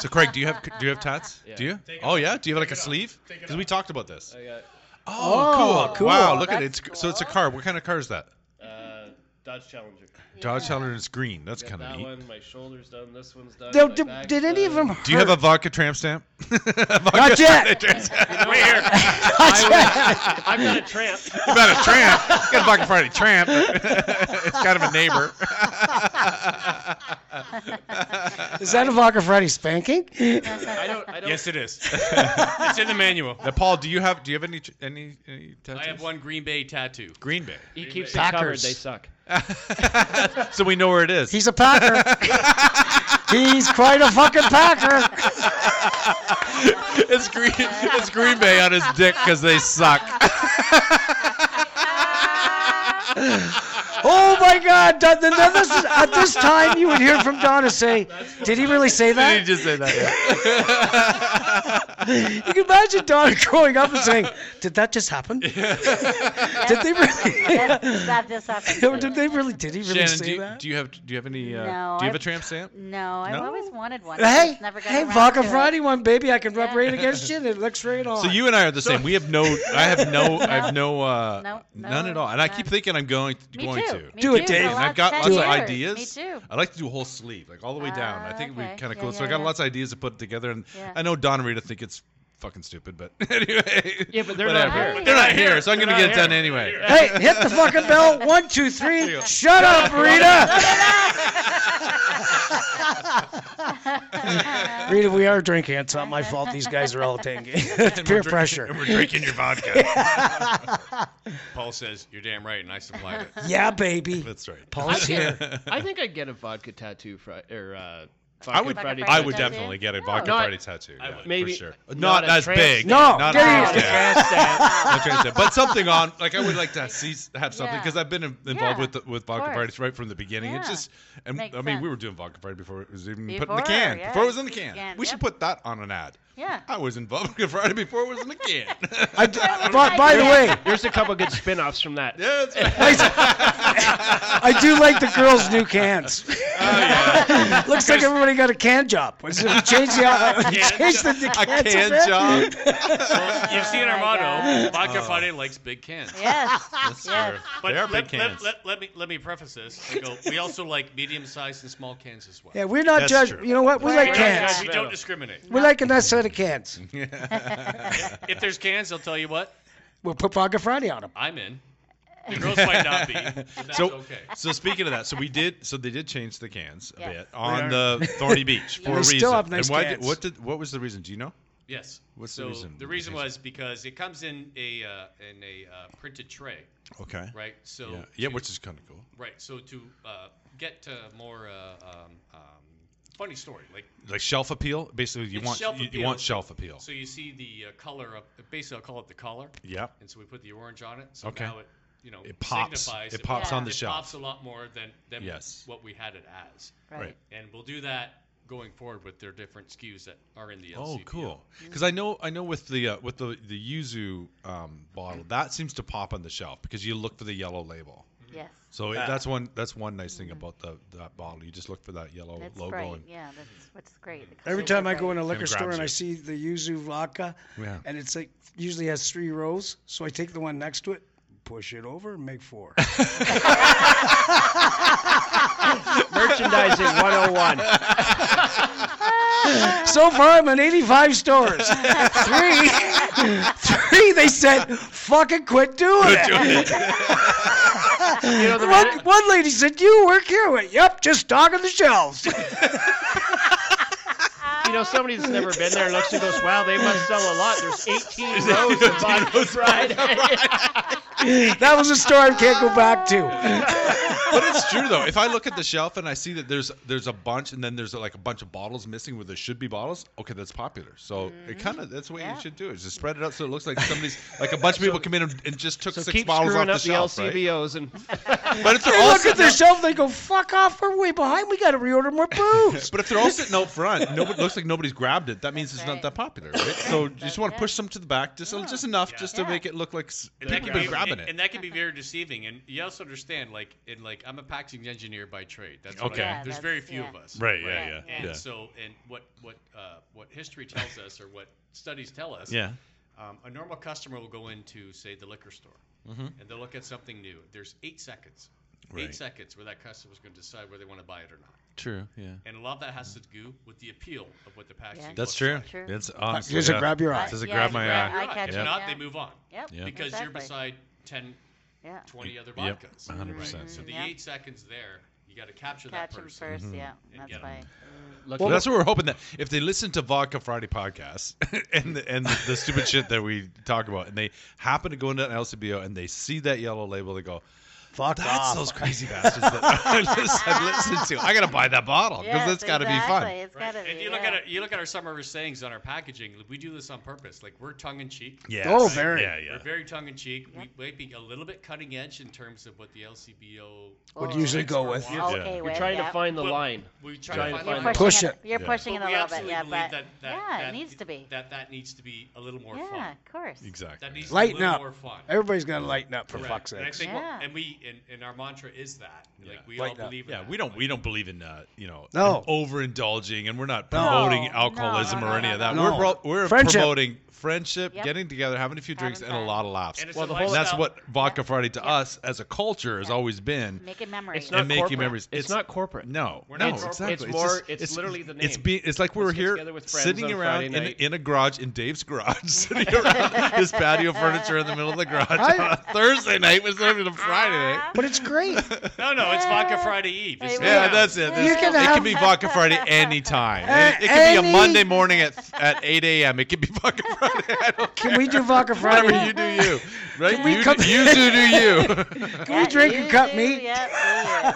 So Craig, do you have do you have tats? Yeah. Do you? Oh yeah. Do you have like a sleeve? Because we talked about this. I got Oh, Oh, cool. Wow, look at it. That's It's, So it's a cool. car. What kind of car is that? uh, Dodge Challenger. Dodge (laughs) Yeah. Challenger is green. That's Got kind that of neat. one. My shoulder's done. This one's done. Though, my did, back's did any of (laughs) done. them hurt? Do you have a vodka tramp stamp? (laughs) Not yet. Right here. (laughs) I've got a tramp. about a tramp. It's got a Black Friday tramp. it's kind of a neighbor. Is (laughs) that a Vodka Friday spanking? I don't. I don't. Yes, it is. it's in the manual. (laughs) now, Paul, do you have do you have any any any tattoos? I have one Green Bay (laughs) tattoo. Green Bay. He keeps it Packers. covered. They (laughs) suck. so we know where it is. He's a Packer. He's quite a fucking Packer. it's green. It's Green Bay on his dick because they (laughs) suck. Oh my God! Don- then this is- at this time, you would hear from Donna (laughs) say, "Did he really say Did that?" he just say that? You can imagine Donna (laughs) growing up and saying, "Did that just happen? Did (laughs) they That, really? that just happened. Or too. (laughs) did they really? Did (laughs) he really Shannon, say do you, that?" do you have do you have any? Uh, No, do you have I've- a tramp stamp? No, I've No? always wanted one. I Hey, just never got hey, around Vodka to it. Friday one, baby. I can rub Yeah. right against you. And it looks right on. So you and I are the same. We have no, I have (laughs) no, I have no, uh, No, no, none at all. And I keep none. thinking I'm going, to, Me going too. to. Me Do it, too, for Dave. the And I've last got 10 lots of years. ideas. Me too. Ah, I like to do a whole sleeve, like all the way down. I think it'd Okay. be kind of Yeah, cool. so I yeah, got yeah. lots of ideas to put together, and Yeah. I know Don and Rita think it's fucking stupid, but (laughs) anyway. Yeah, but they're not whatever. here. But they're not here, so I'm They're gonna not get it done here. anyway. (laughs) (laughs) hey, hit the fucking bell. One, two, three. Shut up, (laughs) Rita. Rita, we are drinking. It's not my fault. These guys are all tanking. And (laughs) it's we're peer drinking- pressure. and we're drinking your vodka. Paul says, You're damn right, and I (laughs) supplied it. Yeah, baby. That's right. I, Paul's here. get, (laughs) I think I'd get a vodka tattoo Friday or uh, I would, vodka Friday I tattoo. would tattoo? definitely get a No. vodka Not- Friday tattoo. yeah, would. Maybe- for sure. not Not a as tramp big. No, not get as out of big. here. Not trying to say- but something on like I would like to see have something Yeah. because I've been in- involved Yeah, with the, with vodka course. parties right from the beginning. It's Yeah. just and Makes I mean we sense. were doing vodka party before it was even put in the Before, can. yeah, before it was in the it's in can. the can, We yep. should put that on an ad. Yeah. I was in vodka party before it was in the (laughs) can. I d- but by the way, (laughs) There's a couple good spin-offs (laughs) from that. yeah, that's right. I do like the girls' (laughs) new cans. Oh, (laughs) Looks like everybody got a can job. Was it- (laughs) We changed the, uh, (laughs) we changed the, the A cans can bit. job. Well, you've seen our my motto Oh God. Vodka Friday likes big cans. Yes. yes. But They are let, big cans. Let, let, let me, let me preface this. I go, we also like medium sized and small cans as well. Yeah, we're not That's judging. true. You know what? We Right, like right, cans. We don't discriminate. We like a nice set of cans. (laughs) If there's cans, I'll tell you what, We'll put Vodka Friday on them. I'm in. (laughs) The girls might not be. But that's So- okay. So speaking of that, so we did, so they did change the cans a Yes. bit on the Thorny (laughs) Beach for They a reason. still have nice and why cans. Did, what did what was the reason? Do you know? Yes. What's the so reason The you reason changed it? was because it comes in a uh, in a uh, printed tray, Okay. right? So Yeah, yeah, to- which is kind of cool. right. So to uh, get to more uh, um, um, funny story, like like shelf appeal. Basically, you It's want shelf you, you appeal. want shelf appeal. so you see the uh, color of basically I'll call it the color, Yep. and so we put the orange on it. So Okay. now it you know It pops. signifies It pops on the it shelf. pops a lot more than than Yes. what we had it as, Right. Right. and we'll do that going forward with their different SKUs that are in the Oh, LCBO. cool. Because I know I know with the uh, with the the yuzu um, bottle that seems to pop on the shelf because you look for the yellow label. Yes. So it, Ah. that's one that's one nice Mm-hmm. thing about the that bottle. You just look for that yellow That's logo. great. And, Yeah, that's what's great. The Every colors time are I go in great. a liquor grabs store and you. I see the yuzu vodka, Yeah. and it's like usually has three rows, so I take the one next to it, push it over, and make (laughs) four. Merchandising 101. so far, I'm in 85 stores. (laughs) three, three. They said, "Fucking quit doing it." You know the One, one lady said, "Do you work here?" I went, "Yep, just stocking the shelves." (laughs) You know, somebody that's never been there looks and goes, wow, they must sell a lot. (laughs) There's 18 rows of vodka Friday. that was a store I can't go back (laughs) to. but it's true though. If I look at the shelf and I see that there's there's a bunch and then there's like a bunch of bottles missing where there should be bottles, okay, that's popular. So it kind of that's what Yeah. you should do is just spread it out so it looks like somebody's like a bunch of people came in and, and just took So six keep bottles off screwing the up the shelf, right? LCBOs and But if they're They all look at sitting their out- shelf. They go, "Fuck off! We're way behind. We got to reorder more (laughs) booze." but if they're all sitting out front, nobody looks like nobody's grabbed it. That means That's it's not right. that popular, right? So you just That's want to right. push some to the back, just just enough, just to Yeah. make it look like s- And that people have can been be- grabbing and- it. And that can be very deceiving. And you also understand, like, in like I'm a packaging engineer by trade. That's what I Okay. am. Yeah, There's that's- very few yeah. of us. Right, yeah, yeah, And yeah. so, and what what uh, what history tells us, or what studies tell us, yeah. um, a Mm-hmm. normal customer will go into, say, the liquor store, and they'll look at something new. There's eight seconds Right. eight seconds where that customer's going to decide whether they want to buy it or not. True. Yeah. And a lot of that has to do with the appeal of what the packaging. Yeah. Mm-hmm. That's looks true. like. True. It's honestly. Here's a yeah. grab your eye. Does it Yeah, grab it's my grab eye? your Right. catch If it, not, yeah. they move on Yep. Yeah. because you're Exactly. beside 10, Yeah. 20 other Yep, vodkas. 100%. So the Yeah. eight seconds there, you got to capture Mm-hmm. Catch that him person. 1st yeah. And That's get 'em. why. Look, Well, that's what we're hoping that if they listen to Vodka Friday podcast (laughs) and the, and the, the stupid shit that we talk about, and they happen to go into an LCBO and they see that yellow label, they go, Fuck "That's off. those crazy bastards that (laughs) I listen- I've listened to. I gotta buy that bottle because Yes, it's gotta be exactly. fun." It's Right? gotta be. and you look yeah. at it, you look at our summer of sayings on our packaging. We do this on purpose. Like we're tongue in cheek. Yes. Oh, very. Yeah, yeah. We're very tongue in cheek. We might be a little bit cutting edge in terms of what the LCBO Would or usually go expert with. wants. Yeah. Okay, You're you're with, trying yeah. to find the Well, line. We try Trying to to find You're the find right it. pushing Push it. it. You're Yeah. pushing But it a we little bit, absolutely yeah. believe But that, that, yeah, that it needs to be. That that needs to be a little more Yeah, fun. of course. Exactly. That needs Lighten to be a little up. more fun. Everybody's got to lighten up for Correct. fuck's and I sake. think, Yeah. well, and we, and, and our mantra is that. Yeah. Like we Lighten all up. believe. in Yeah, that. we don't Like, we don't believe in uh, you know No. in overindulging, and we're not No. promoting No, alcoholism no, or no, any no, of that. no. We're No. pro- we're Friendship. promoting friendship, Yep. getting together, having a few Having drinks, and a fun. lot of laughs. And it's Well, a the whole- And that's lifestyle- what Vodka Friday to Yeah. us as a culture has Yeah. always been. Making memories. It's And not making corporate. memories. It's, It's- not corporate. No, We're no, not exactly. It's corporate. just- more- it's literally the It's name. be, it's like we're Let's get here together with friends sitting on around Friday in, night. in a garage in Dave's garage, (laughs) sitting (laughs) around his patio furniture in the middle of the garage I- on a Thursday night instead of a Friday night. But (laughs) it's great. (laughs) No, no, it's vodka Yeah. Friday Eve. It's Hey, not- Yeah, that's it. You That's- can it have- can be Vodka (laughs) Friday anytime. A- It, it can be any- a Monday morning at at 8 a.m. It can be Vodka Friday. (laughs) I don't care. Can we do Vodka Friday? Whatever you (laughs) do, you. Right? we you, come- do, you do, do you. (laughs) Can we drink and cut meat? Yeah,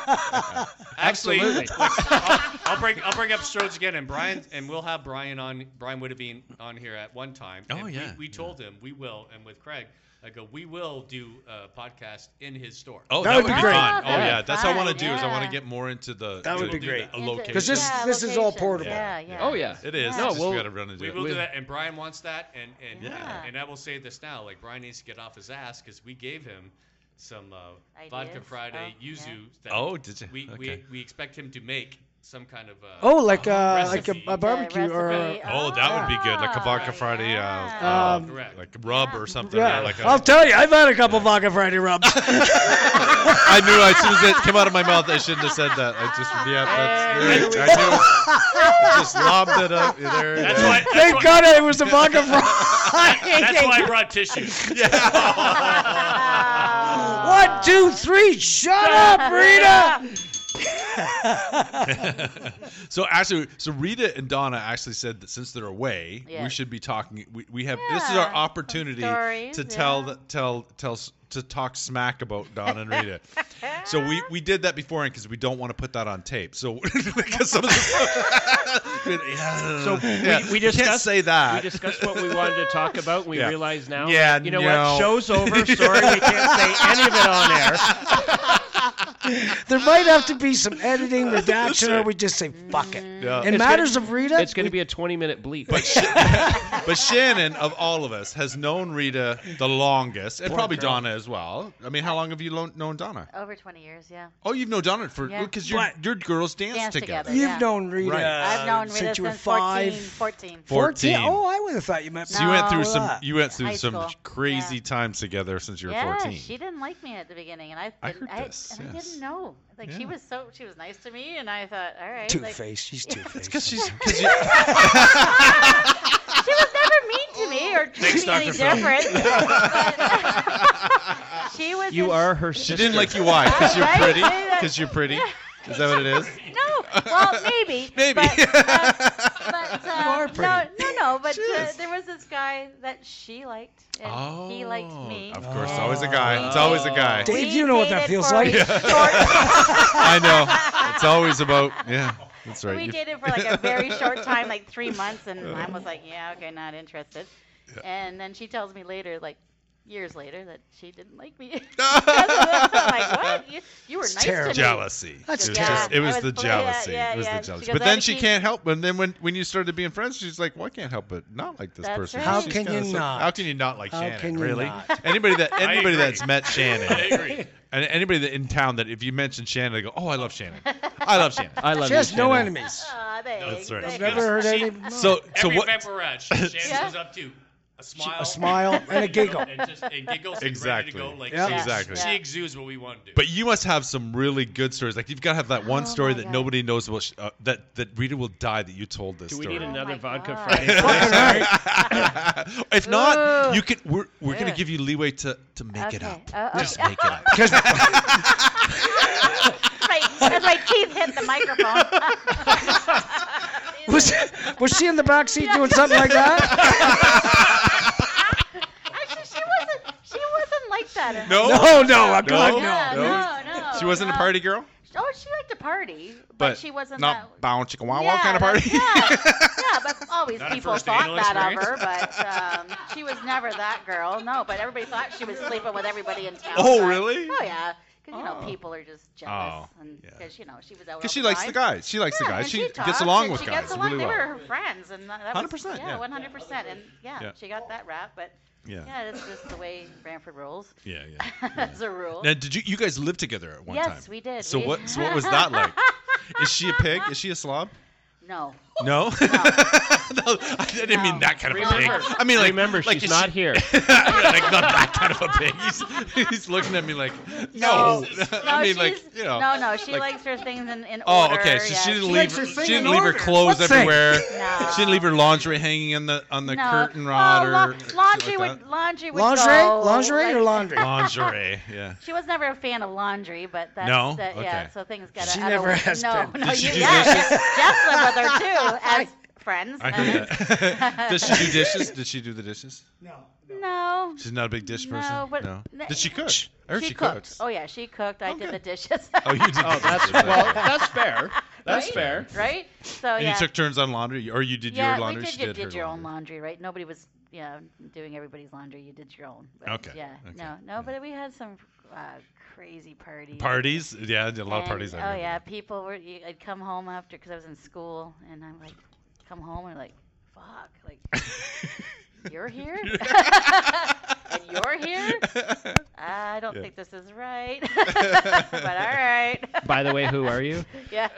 Actually, Absolutely. (laughs) like, I'll, I'll bring I'll bring up Strodes again, and Brian and we'll have Brian on Brian would have been on here at one time. Oh, and we- yeah, we, told him we will, and with Craig, I go we will do a podcast in his store. Oh, That that, would would be be great. fun. Oh, That'd be yeah. That's what I want to fun, do is I want yeah. to get more into the. That would to be do great. (laughs) A location. 'Cause this- this is all locations, portable. Yeah, yeah. Oh yeah. It is. No, it's just we'll- we got to run into We it. will With- do that, and Brian wants that, and and Yeah. and I will say this now, like Brian needs to get off his ass because we gave him some uh, vodka Ideas? Friday Oh, yeah. yuzu that Oh, did you? we, we Okay. we expect him to make some kind of uh, Oh, like Oh, a like a, recipe. a barbecue The or uh, recipe. a, Oh, that would be good. Like a Vodka Ah, Friday, uh, yeah. uh, Um, Correct. like rub or something. yeah. or like oh. a- I'll tell you, I've had a couple Vodka (laughs) Friday rubs. I knew as soon as it came out of my mouth, I shouldn't have said that. I just, yeah, that's there, I knew. it. Just lobbed it up. There, it That's is. (laughs) why. That's Thank why, God it was a (laughs) Vodka Friday. That's why I brought tissues. uh, (laughs) (laughs) One, two, three. Shut up, Rita. so actually, so Rita and Donna actually said that since they're away, we Yes. should be talking. We, we have this is our Yeah, opportunity some stories, to tell yeah. the tell tell s- to talk smack about Donna and (laughs) Rita. so we we did that beforehand because we don't want to put that on tape. So (laughs) because some of the (laughs) yeah, So Uh, yeah, we, we you discussed. can't say that. We discussed what we wanted to talk about. We Yeah. realize now. Yeah, You know no. what? (laughs) Show's over. Sorry, we can't say any of it on air. There might have to be some (laughs) editing, redaction, or right. we just say fuck it. Yeah. In It's matters gonna- of Rita, It's going to be a 20-minute bleep. (laughs) But Shannon, of all of us, has known Rita the longest, and probably Donna as well. I mean, how long have you lo- known Donna? Over 20 years, yeah. Oh, you've known Donna for Yeah. because your your girls dance, Dance together. together. You've yeah. known Rita. Right. I've known Rita since since you were 14. five. 14. 14. 14. Oh, I would have thought you meant. So you went No, through some uh, you went through high some school. crazy Yeah. times together since you were yeah, 14. she didn't like me at the beginning, and I, I didn't- heard this, and I yes. didn't know. Like she Yeah. was so she was nice to me, and I thought, all right, Two like, (laughs) she faced. (laughs) She's two faced. Because she's because (laughs) you was never mean to me or treat me any Dr. Phil. different. (laughs) (laughs) but she was. You in- are her she sister. didn't like you why? Because you're Right? pretty. Maybe that- Because you're pretty. Is that what it is? (laughs) No, well, maybe. (laughs) Maybe. But, uh, (laughs) but uh, are pretty. no, no, no. But uh, is. there was this guy that she liked, and he liked Oh, me. Of course, Oh. always a guy. It's always a guy. Dave, We you know what that dated feels for like. a short- I know. It's always about yeah. That's right. we You- dated for like a very short time, like three months, and (laughs) I was like, yeah, okay, not interested. And then she tells me later, like years later, that she didn't (laughs) like me. (laughs) Because of this. I'm like, what? You, you were nice terrible. to me. jealousy. That's it was, terrible. just- it I was was the bl- yeah, jealousy. yeah, it was yeah. the jealousy. She goes, but then "Abby, she keep-" can't help. And then when, when you started being friends, she's like, "Well, I can't help but not like this That's person." right. How She's can kinda you so- not? How can you not like How Shannon? can you really? not? (laughs) Anybody that anybody agree. that's met (laughs) I Shannon, agree. and anybody that in town that if you mention Shannon, they go, "Oh, I love Shannon. I love Shannon." I love She you, has no Shannon. enemies. Aw, Uh, thanks, right. thanks. Never heard any. So so Every what? (laughs) Vampirette, Shannon Yeah. was up to. a smile, a smile and a giggle. and just and giggles Exactly. and ready to go. Like Yeah. she, Exactly. she Yeah. exudes what we want to do. But you must have some really good stories. Like you've got to have that one Oh story my that God. nobody knows about. Sh- uh, that that reader will die that you told this Do we story. need another my vodka God. Friday? Fucking right. if not, Ooh. you can. We're, we're gonna Yeah. give you leeway to to make it Okay. up. Uh, okay. Just make it up. (laughs) 'Cause- Right, that's right. Keith hit the microphone. He's (laughs) was, was she in the back seat doing something like that? (laughs) like, Actually, she wasn't. She wasn't like that. at No. No, no, I'm God, No. no. Yeah, no. no, no, She wasn't a no. party girl, Oh, she liked to party, but, but she wasn't not that. bound chicka wow yeah, kind of party. (laughs) that- Yeah, yeah, but always Not a people first thought anal that of her, but um, she was never that girl. No, but everybody thought she was sleeping with everybody in town. Oh, but- really? Oh yeah, because you know Oh. people are just jealous, Oh, and yeah. because you know she was out. all Because she likes time. the guys. She likes the Yeah, guys. and She, gets talks along and with she guys Gets along. really they well. were her friends, and that, that was 100%, yeah. yeah, one hundred percent, and yeah, Yeah. she got that rap. But Yeah. Hmm. yeah, it's just the way Branford (laughs) rolls Yeah, yeah. as a rule. Now, did you you guys lived together at one yes, time? we did. So we, what (laughs) so what was that like? Is she a pig? Is she a slob? No, No. no, I didn't mean No. that kind of a pig. Remember- I mean, like, Remember, like, she's is not she- (laughs) here. like not that kind of a pig. He's, he's looking at me like, no. no, (laughs) (laughs) I mean, she's, like, you know. no, no, she like- likes her things in, in Oh, order. okay. So yeah, she didn't she- leave. likes Her, her thing she didn't in leave her order. clothes What thing? everywhere. No. She didn't leave her lingerie hanging in the on the no. curtain rod well, or la- shit laundry like that. would laundry would Lingerie? go, Lingerie like- or laundry? lingerie. Yeah. She was never a fan of laundry, but that's No? that, yeah. Okay. So things got. She out never of, has No, been. no, Did she you, do yeah. dishes? Jeff, Jeff lived with her (laughs) too as friends. I heard and- that. (laughs) Does she do dishes? Did she do the dishes? No. No. She's not a big dish person. No, but- no. no. Did she cook? I heard she, cooked. cooked. Oh yeah, she cooked. I Oh, did good. the dishes. (laughs) Oh, you did. (laughs) Oh, the that's dishes, okay. well, that's fair. That's Right? fair. right? So And yeah. you took turns on laundry, or you did yeah, your laundry. we she did. You did her your own laundry, right? Nobody was, yeah, doing everybody's laundry. You did your own. But, Okay, Yeah. okay, No, no, but we had some uh, crazy parties. Parties, yeah, I did a lot of And- parties. I Oh remember. yeah, people were. You, I'd come home after because I was in school, and I'm like, come home and like, fuck, like, (laughs) you're (laughs) here, (laughs) and you're here. I don't Yeah. think this is right, (laughs) but all right. By the way, (laughs) who are you? (laughs) yeah.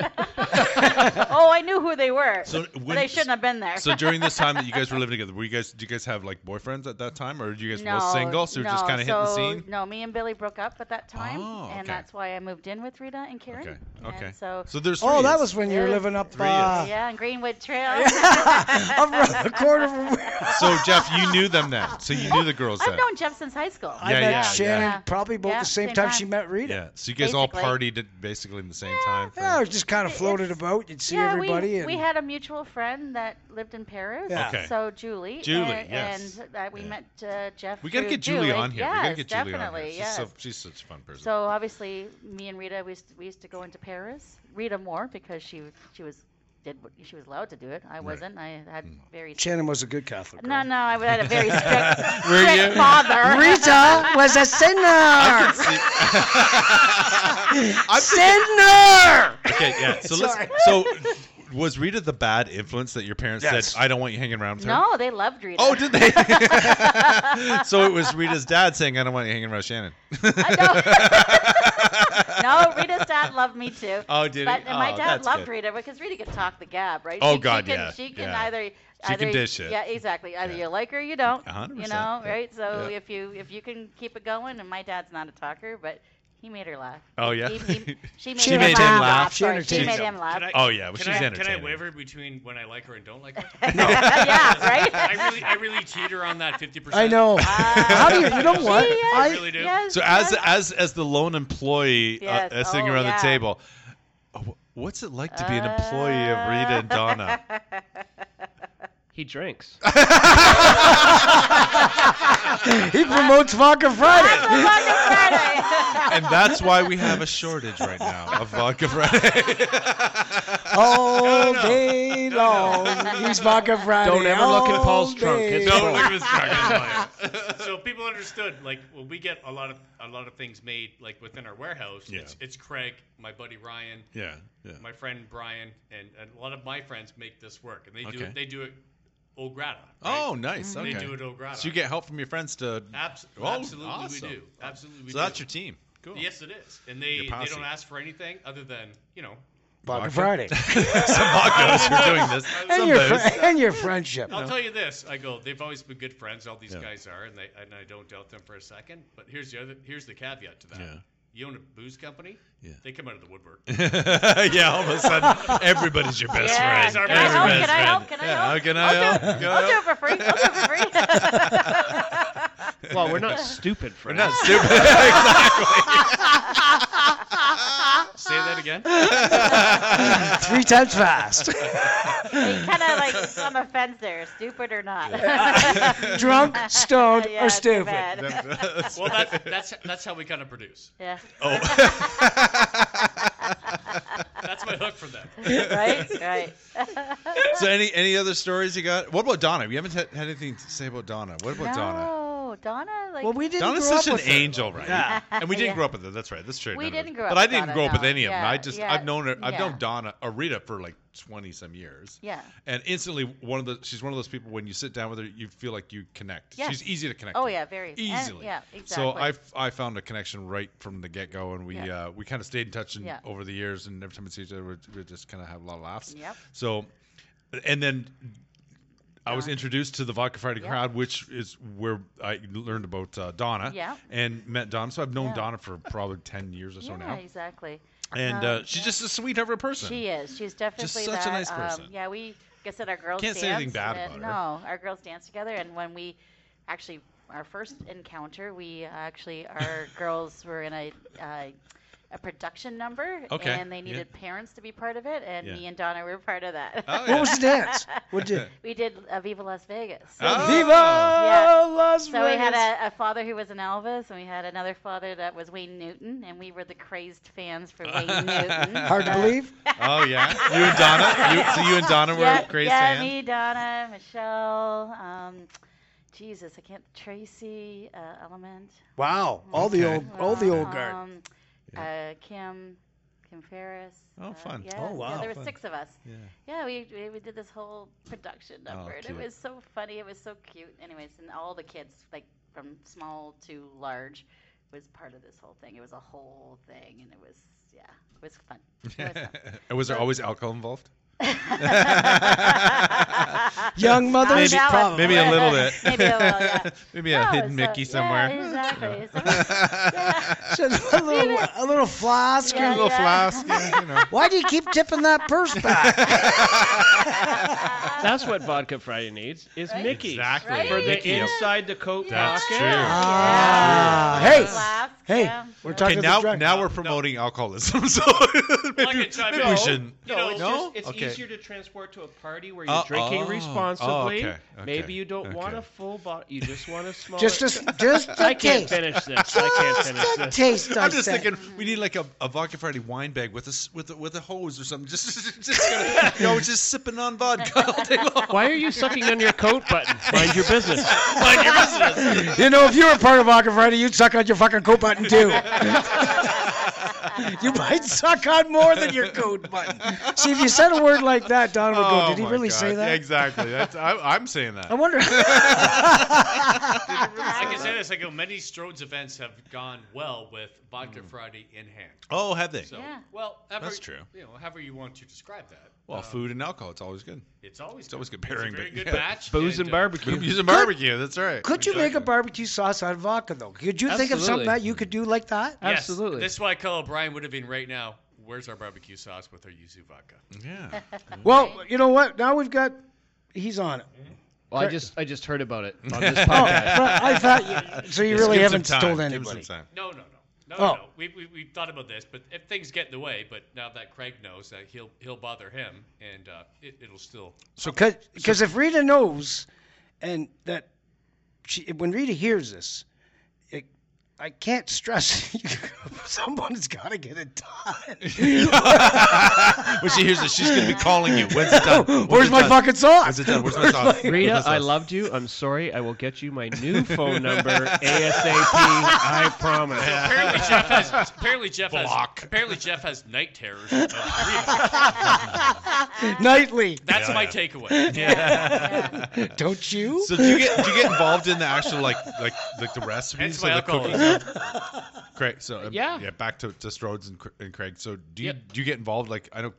oh, I knew who they were. (laughs) So but when- they shouldn't have been there. So during this time that you (laughs) guys were living together, were you guys? Do you guys have like boyfriends at that time, or you guys were both single? So you're just no, kind of hitting the so, scene. No, me and Billy broke up at that time, Oh, okay. and that's why I moved in with Rita and Karen. Okay, and okay. so, So there's. Oh, three that years. was when you were Yeah. living up Three uh, yeah, and Greenwood (laughs) Trail. (laughs) up around the corner from where So Jeff, you knew them then. So you knew the (laughs) girls then. I've known Jeff since high school. I Yeah, met yeah, Shannon yeah. probably both Yeah, the same, same time time. she met Rita. Yeah. So you guys all Basically. partied at basically in the same time. frame. Yeah, it was just kind of It's- floated about. You'd see yeah, everybody. we, and we had a mutual friend that lived in Paris. Yeah. Okay. So Julie. Julie, and, yes. And that we Yeah. met uh, Jeff. We gotta through get Julie, on here. Yes, we gotta get Julie definitely, on here. She's, yes. so, she's such a fun person. (laughs) So obviously, me and Rita, we used to, we used to go into Paris. Rita more because she she was did what she was allowed to do it. I wasn't. I Hmm. had very Shannon was a good Catholic. no (laughs) Girl. no. I had a very (laughs) strict, Were strict you? father. Rita was a sinner. I'm Sinner. Okay, yeah. (laughs) So let's. So, was Rita the bad influence that your parents Yes. said, "I don't want you hanging around with her"? No, they loved Rita. Oh, did (laughs) they? so it was Rita's dad saying, "I don't want you hanging around Shannon." (laughs) (laughs) no, Rita's dad loved me too. Oh, did he? But and my Oh, dad that's loved good. Rita because Rita could talk the gab, right? Oh, she, God, she can, yeah, She can yeah. either She either can dish it. Yeah, exactly. Either Yeah. you like her, or you don't. A hundred You percent, know, yeah, right? So yeah. if you if you can keep it going, and my dad's not a talker, but he made her laugh. Oh, yeah? (laughs) He, he, she made, She him, made laugh. him laugh. Sorry, She entertained made him. him laugh. Can (laughs) I- Oh yeah, well, can she's I, entertaining. Can I waver between when I like her and don't like her? (laughs) yeah, (laughs) right. I really, I really teeter on that fifty percent. I know. (laughs) How do you? You know She what? Yes, I I really do. yes, So as yes. as as the lone employee Yes. uh, uh, sitting Oh, around yeah. the table, uh, wh- what's it like to be an employee of Rita and (laughs) Donna? (laughs) He drinks. he promotes Vodka Friday. That's a fucking Friday. and that's why we have a shortage right now of vodka (laughs) Friday. all day long. He's Vodka Friday. Don't ever look in all Paul's trunk. day. It's Don't (laughs) full. leave us (laughs) (laughs) drunk. so people understood like well we get a lot of a lot of things made like within our warehouse Yeah. it's, it's craig my buddy ryan Yeah, yeah. my friend brian and, and a lot of my friends make this work and they do Okay. it they do it au grata right? Oh, nice. Okay. they do it au grata So you get help from your friends to. Abs- Oh, absolutely awesome. we do absolutely we so that's do. your team. Cool. yes it is and they Your they posse. don't ask for anything other than you know Vodka Friday. (laughs) Some vodkas are doing this. and, Some your, booze. fri- and your friendship. (laughs) I'll tell you this. I go. They've always been good friends. All these guys are, and they and I don't doubt them for a second. But here's the other. Here's the caveat to that. Yeah. You own a booze company. Yeah. They come out of the woodwork. (laughs) yeah, all of a sudden, everybody's your best Yeah. friend. Can I Everybody's help? best friend. Can I help? Can I Yeah, help? how can (laughs) I I'll do help? it. I'll do it for free. I'll do it for free. Well, we're not stupid friends. Not stupid. (laughs) (laughs) (laughs) Say that (laughs) again. Three times fast. (laughs) kind of like on the fence there, stupid or not. (laughs) Drunk, stoned, Yeah, Oh, or too stupid. bad. Well, that's that's that's how we kind of produce. (laughs) Yeah. Oh. That's my hook for them. Right. Right. (laughs) (laughs) so, any any other stories you got? What about Donna? We haven't had, had anything to say about Donna. What about Donna? No, Donna. Like Well, we didn't Donna's grow such an up with her. angel, right? Yeah. And we didn't Yeah. grow up with her. That's right. That's true. We None of us- didn't grow up But I with didn't Donna, grow up with no. any of them. Yeah, I just yeah, I've known her. I've yeah. known Donna or Rita for like twenty some years. yeah. And instantly, one of the she's one of those people when you sit down with her, you feel like you connect. Yes. She's easy to connect. Oh with. yeah, very and- easily. yeah, exactly. So I, f- I found a connection right from the get go, and we Yeah. uh, we kind of stayed in touch and Yeah. over the years, and every time we see each other, we we just kind of have a lot of laughs. Yep. So, and then I was Donna. introduced to the Vodka Friday Yeah. crowd, which is where I learned about uh, Donna. Yeah. And met Donna, so I've known Yeah. Donna for probably ten years or so yeah, now, exactly. and No, uh, she's just a sweetheart of a person. She is. She's definitely such a that. nice person. Um, yeah, we like I said our girls Can't dance. say anything bad and- about her. No, our girls dance together, and when we actually our first encounter, we (laughs) actually our girls were in a. Uh, a production number, Okay, and they yeah. needed parents to be part of it, and Yeah. me and Donna were part of that. Oh, yeah. What was the dance? What did? (laughs) we did uh, Viva Las Vegas. Oh. Viva Yeah. Las So we had Vegas. a, a father who was an Elvis, and we had another father that was Wayne Newton, and we were the crazed fans for (laughs) Wayne Newton. Hard to Uh, believe. Oh yeah, you and Donna. You, so you and Donna were yeah, crazy yeah, fans. me, Donna, Michelle. Um, Jesus, I can't. Tracy uh, Element. Wow, all the Okay. old, all the old guard. Um, uh, Kim, Kim Ferris. Oh, uh, fun. yeah, Oh, Yeah, wow. there were Fun. six of us. Yeah. Yeah, we, we we did this whole production Oh, number, and cute. it was so funny. It was so cute. Anyways, and all the kids, like from small to large, was part of this whole thing. It was a whole thing, and it was yeah, it was fun. It was fun. And (laughs) was there always alcohol involved? (laughs) (laughs) Young mothers, Maybe- probably. Maybe a little bit. (laughs) Maybe a little, yeah. (laughs) Maybe a No, hidden Oh, so- Mickey yeah, somewhere. exactly. (laughs) So- Just a little, a little flask. Yeah. a little flask, yeah, you know. Why do you keep tipping that purse (laughs) back? (laughs) That's what Vodka Friday needs is Right? Mickey. Exactly. Right? For the Yeah. inside the coat That's pocket. true. Ah, Yeah. hey, Flask, hey, yeah. we're talking Okay, now about now we're promoting alcoholism, (laughs) so I maybe, can chime maybe in. we No. shouldn't. No, No, it's, no? Just, it's Okay. easier to transport to a party where you're Oh, drinking oh, responsibly. oh, okay, okay, Maybe you don't want okay. a full bottle. You just want a small. just, a, just a I can't taste. finish this. I can't finish Just a this. taste. I I'm just said. thinking (laughs) we need like a, a vodka Friday wine bag with a s- with a, with a hose or something. (laughs) Just just gonna, you know, just sipping on vodka (laughs) (laughs) all day long. Why are you sucking on your coat button? Mind your business. (laughs) Mind your business. You know, if you were part of Vodka Friday, you'd suck on your fucking coat button (laughs) too. you might suck on more than your coat button. See, if you said a word like that, Don would go, Oh "Did he my really say God. that?" Yeah, exactly. That's, I, I'm saying that. (laughs) I wonder. I can say this. I go. Many Strode's events have gone well with Vodka Friday in hand. Oh, have they? So, Yeah. well, however, Hmm. That's true. You know, however you want to describe that. well, Um, food and alcohol, it's always good. It's always It's always good It's a pairing, very but good uh, yeah. match. Booze and barbecue. Using barbecue, that's right. Could you make a Exactly. barbecue sauce out of vodka though? Could you think of something Absolutely. that you could do like that? Yes, Absolutely. This is why I call O'Brien would have been right now. Where's our barbecue sauce with our yuzu vodka? Yeah. Well, you know what? Now we've got. He's on it. Well, I just I just heard about it on (laughs) this Oh, podcast. but I thought you. So you Just give really him haven't time. told Give him some anybody. time. (laughs) No, no, no. No, Oh. no. We, we, we thought about this, but if things get in the way, but now that Craig knows that he'll he'll bother him, and uh, it, (laughs) it'll still. So, because if Rita knows, and that she, when Rita hears this, it, I can't stress. (laughs) someone's got to get it done. (laughs) when she hears this, she's gonna be calling you. When's it (laughs) done? When's Where's it my done? fucking sauce? When's it done? Where's my sauce? Rita, Where's my I sauce? loved you. I'm sorry. I will get you my new phone number (laughs) ASAP. I promise. Apparently Jeff has. Apparently Jeff Block. has. Apparently Jeff has (laughs) night terrors. of Rita. (laughs) Nightly, That's Yeah. my takeaway. don't you? (laughs) So do you get do you get involved in the actual like like like the recipes Hence my of the alcohol. (laughs) cooking? Craig, so um, Yeah. yeah, back to, to Strode's and, Cr- and Craig. So do you Yep. do you get involved? Like I know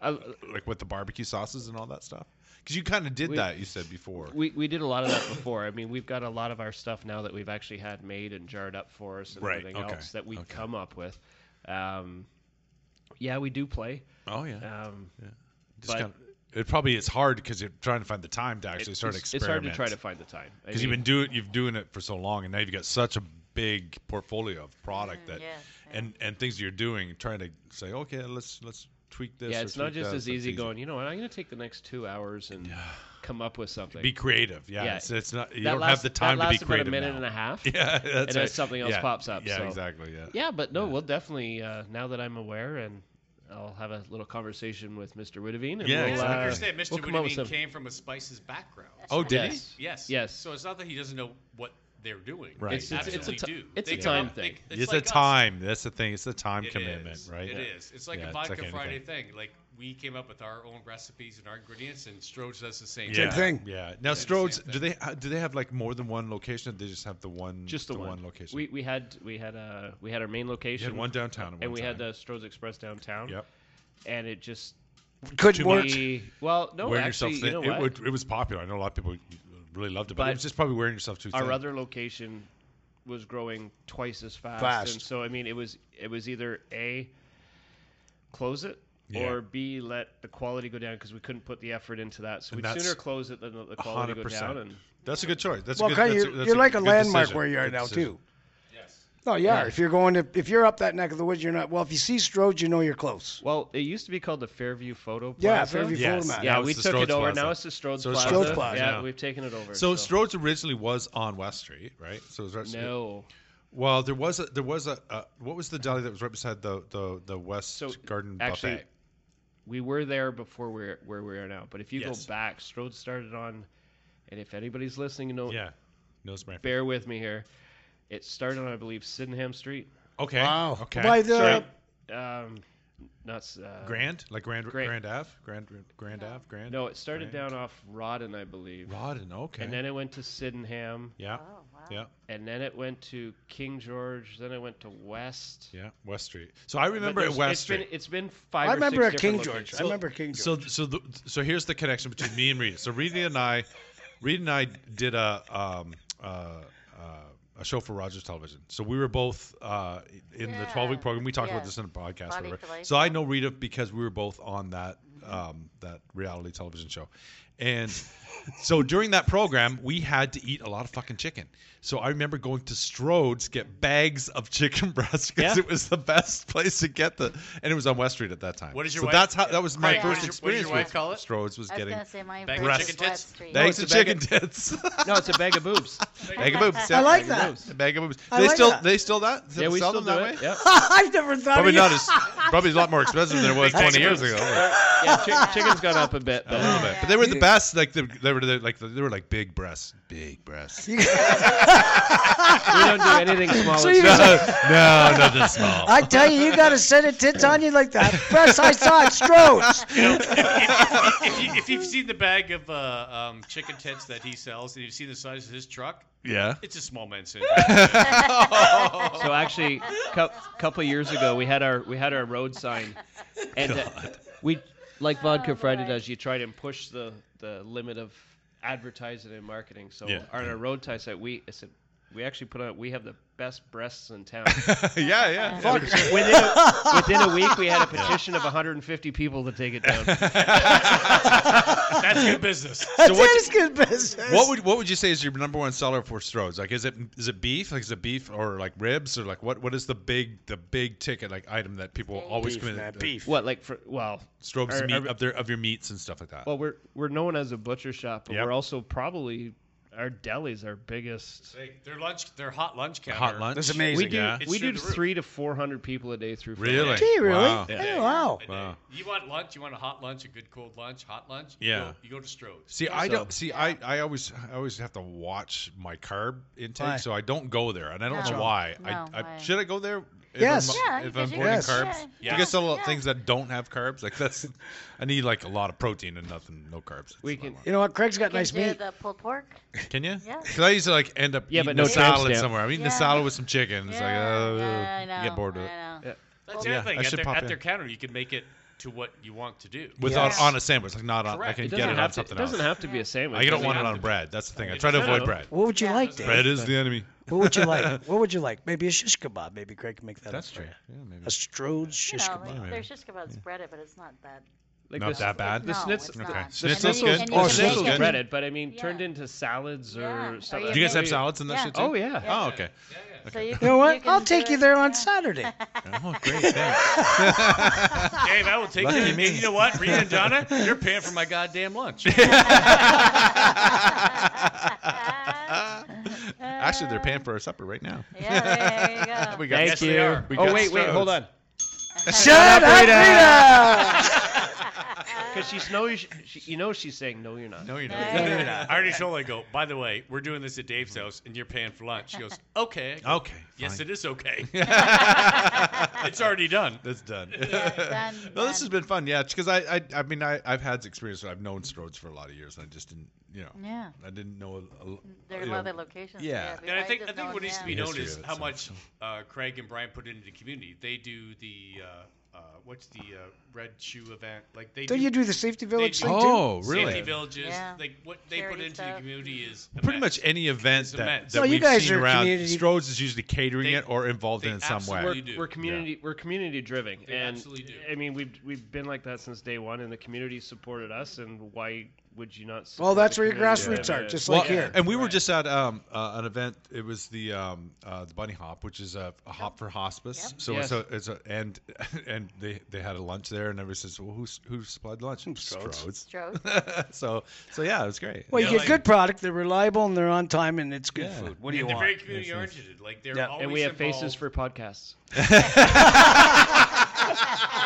Uh, like with the barbecue sauces and all that stuff? Because you kind of did We- that. You said before. we, we did a lot of that before. I mean, we've got a lot of our stuff now that we've actually had made and jarred up for us and Right, everything okay, else that we okay. come up with. Um, yeah, we do play. oh yeah. Um, Just but- kind of, it probably is hard because you're trying to find the time to actually it- start it's, it's hard experimenting. to try to find the time I because you've mean, been doing you've doing it for so long, and now you've got such a big portfolio of product Mm, that yes, and and things you're doing, trying to say, okay, let's let's tweak this. Yeah, or it's not tweak just that," as so it's easy going. You know what? I'm going to take the next two hours and come up with something. Be creative. Yeah, Yeah. It's, it's not you that don't lasts, have the time that to be lasts creative About a minute now. (laughs) and a half. Yeah, that's and then right. something else Yeah, pops up, Yeah, so. exactly. Yeah. Yeah, but no, we'll definitely uh, now that I'm aware, and I'll have a little conversation with Mr. Witteveen. And Yeah, we'll, Yes, exactly. uh, I understand. Mr. we'll come up with some- Witteveen came from a Spices background. Oh, did he? Yes. Yes. Yes. So it's not that he doesn't know what they're doing. Right. They It's- it's- it's a absolutely ti- do. it's They a come time up- thing. they- It's, a like us. time. That's the thing. It's a time It commitment, is. right? It yeah. is. It's like Yeah, a it's vodka like anything. Friday thing. Like we came up with our own recipes and our ingredients, and Stroh's does the same. Yeah. thing. thing. Yeah. Now, the same Strode's, do thing. they ha- do they have like more than one location? Or they just have the one. just the, one. one. location. We we had we had uh we had our main you location. had one downtown, and we had time. the Stroh's Express downtown. Yep. And it just Could to work. me, well, no, wearing oh, actually, yourself thin. you know it, what? would- it was popular. I know a lot of people really loved it, but, it But was just probably wearing yourself too thin. our other location was growing twice as fast, Fast. and so I mean, it was it was either a close it Yeah. or b let the quality go down because we couldn't put the effort into that. So And we'd that's sooner close it than let the quality hundred go down. And percent. That's a good choice. That's well, a good, kind that's you're, that's you're like a, good landmark decision. where you are Good now decision. too. No, you Yeah. are. If you're going to, if you're up that neck of the woods, you're not. Well, if you see Strode, you know you're close. well, it used to be called the Fairview Photo Plaza. Yeah, Fairview Yes. Photomat. Yeah, Uh, Now we it's the took Strode's it over. Plaza. Now it's the Strode's So it's Plaza. Strode's Plaza. Yeah, Yeah. we've taken it over. So Strode's originally was on West Street, right? So it was right no, Well, there was a there was a uh, what was the deli that was right beside the the the West So, Garden actually, buffet? we were there before we're where we are now. But if you Yes. go back, Strode started on, and if anybody's listening, you know, Yeah, no spray. bear with me here. It started on, I believe, Sydenham Street. Okay. Wow. Okay. By the Um, not s- uh, Grand, like Grand Grand, Grand. Ave, Grand Grand Ave, Grand. No, it started Grand. down off Rodden, I believe, Rodden. Okay. and then it went to Sydenham, yeah, Oh, wow. (laughs) yeah, and then it went to King George. Then it went to West. yeah. West Street. So I But remember at there's- West it's Street. Been, it's been five. I or remember six at King different George. I locations. remember King George. So so the, so here's the connection between me and Rita. So Rita and I, Rita and I did a um uh, uh, a show for Rogers Television. So we were both uh, in the Yeah. 12 week program. We talked Yeah. about this in a podcast. Body Whatever. for life. So I know Rita because we were both on that um, that reality television show, and so during that program we had to eat a lot of fucking chicken. So I remember going to Strode's get bags of chicken (laughs) breasts because Yeah. it was the best (laughs) place to get the, and it was on West Street at that time. What is your so wife- that's how that was my Yeah. first What did your- what did experience your with wife call it? Strode's was I was getting gonna say my Back first chicken West tits? Street. bags No, of it's a bag chicken tits. no, it's a bag of (laughs) boobs. Bag of boobs. I yeah. like Bag that. of boobs. A bag of boobs. I they like still that. they still that Yeah, we sell still them do that way. it. (laughs) Yep. I never thought. Probably not of you. (laughs) as probably a lot more expensive than it was Big twenty bag years of boobs. ago. Yeah, chick- chicken's gone up a bit. A But little bit, but they were the best. Like the, they were the, like the, they were like big breasts, big (laughs) breasts. we don't do (laughs) anything small. So as you no, just- no, not that small. (laughs) I tell you, you got a set of tits on you like that. First I saw at Strode's. if, you, if you've seen the bag of uh, um, chicken tits that he sells, and you've seen the size of his truck, Yeah. it's a small man syndrome. So actually, a couple years ago, we had our we had our road sign, and uh, we like vodka Friday boy. does. You try to push the the limit of advertising and marketing. So Yeah. on our road sign site, we I said we actually put out we have the best breasts (laughs) in town. (laughs) yeah, yeah. yeah. within a, within a week, we had a petition of 150 people to take (laughs) it down. That's good business. That what- is good business. What would what would you say is your number one seller for Strode's? Like, is it is it beef? Like, is it beef or like ribs or like what what is the big the big ticket like item that people always beef, come in? man, uh, beef. What like for well. Strobe's Are- meat are- of their of your meats and stuff like that. Well, we're we're known as a butcher shop, but Yep. we're also probably our deli's our biggest. They, their lunch, their hot lunch counter. Hot lunch. That's amazing. We do Yeah. It's we through do the roof. three to four hundred people a day through. Friday. Really? Gee, really? Wow. Hey, Yeah. wow. A day. Wow. You want lunch? You want a hot lunch? A good cold lunch? Hot lunch? You Yeah. Go, you go to Strode's. See, I So- don't see. I, I always I always have to watch my carb intake, Why? so I don't go there, and I don't No. know why. No, I, I why? should I go there? If Yes. I'm, Yeah, if you I'm should. hoarding Yes. carbs, Yeah. you guys sell a lot Yeah. of things that don't have carbs. Like that's, I need like a lot of protein and nothing, no carbs. That's We what I can- want. (laughs) You know what? Craig's got You nice can do meat. the pulled pork. Can you? Yeah. Because I used to like end up Yeah, but eating no a tramp salad stamp. somewhere. I'm eating a Yeah. salad with some chicken. It's yeah, like, uh, yeah, I know. you get bored of I it. know. That's Yeah, the other I thing. At, should their, pop at in. their counter, you can make it to what you want to (laughs) do. without Yes. on a sandwich, like not on. I Correct. can It get it on have to, something it doesn't else. have to be a sandwich. I don't doesn't want it have on to- bread. That's the thing. I It try to doesn't avoid have- bread. What would you Yeah. like, Dave? Bread is the enemy. What would you like? What would you like? Maybe a shish kebab. Maybe Greg can make that. up for you. Yeah, maybe. A Strode's You shish know, kebab. like, there's just about spreaded, but it's not that. Like Not this- that bad. The no, schnitz- it's Okay. not. Schnitzel's And then you- good. and you Oh, can schnitzel's make good. it- breaded, but I mean Yeah. turned into salads Yeah. or Or something. you Do you guys have Yeah. salads in that Yeah. shit too? Oh yeah. Oh, okay. Yeah, yeah. So you, You know what? can I'll do take you it- there on yeah. (laughs) Saturday. Oh, great. Thanks. Dave, I will take Lucky it. And me. you know what, Rita and Donna, you're paying for my (laughs) goddamn lunch. Actually, they're paying for our supper right now. Yeah, there you We go. got, yes, they are. we Oh got wait, wait, hold Strode's. on. Shut up, Rita! Because she's no, she, you know she's saying no, you're not. No, you're Yeah, yeah, not. yeah. I already told her, I go, by the way, we're doing this at Mm-hmm. Dave's house and you're paying for lunch. She (laughs) goes, okay. I go, Okay. Yes, (laughs) fine. it is (laughs) okay. it's already done. That's done. Done, (laughs) Well, this has done. been fun, yeah. Because I, I, I mean, I, I've had experience. I've known Strode's for a lot of years, and I just didn't, you know, Yeah. I didn't know. A, a, There are you know, other locations. yeah. we And I might think just I think know them what needs to now. be The known history is of it, how so- much uh, Craig and Brian put into the community. They do the uh, uh, what's the uh, red shoe event? Like they Don't do, you do the safety village do- thing Oh, safety really? villages. Yeah. Like what they put Charity into the stuff. community is Pretty immense. much any event It's that, immense. that No, you we've guys seen are around, community- Strode's is usually catering They- it or involved in they it some absolutely way. You do. We're community, we're community driven, They and absolutely do. I mean we've we've been like that since day one, and the community supported us, and why would you not? Well, support that's the where your community grassroots driven? are, just Well, like here. and we were just at um, uh, an event. It was the um, uh, the bunny hop, which is a, a hop for hospice. So it's Yes. a it's a and (laughs) and they they had a lunch there, and everybody says, "Well, who's who supplied lunch?" Strode's. (laughs) Stroke. so so yeah, it was great. Well, you Yeah, get like- good product. They're reliable and they're on time and it's good Yeah. food. What do you And they're very want? community oriented. Like they're Yeah. always and we have involved. faces for podcasts.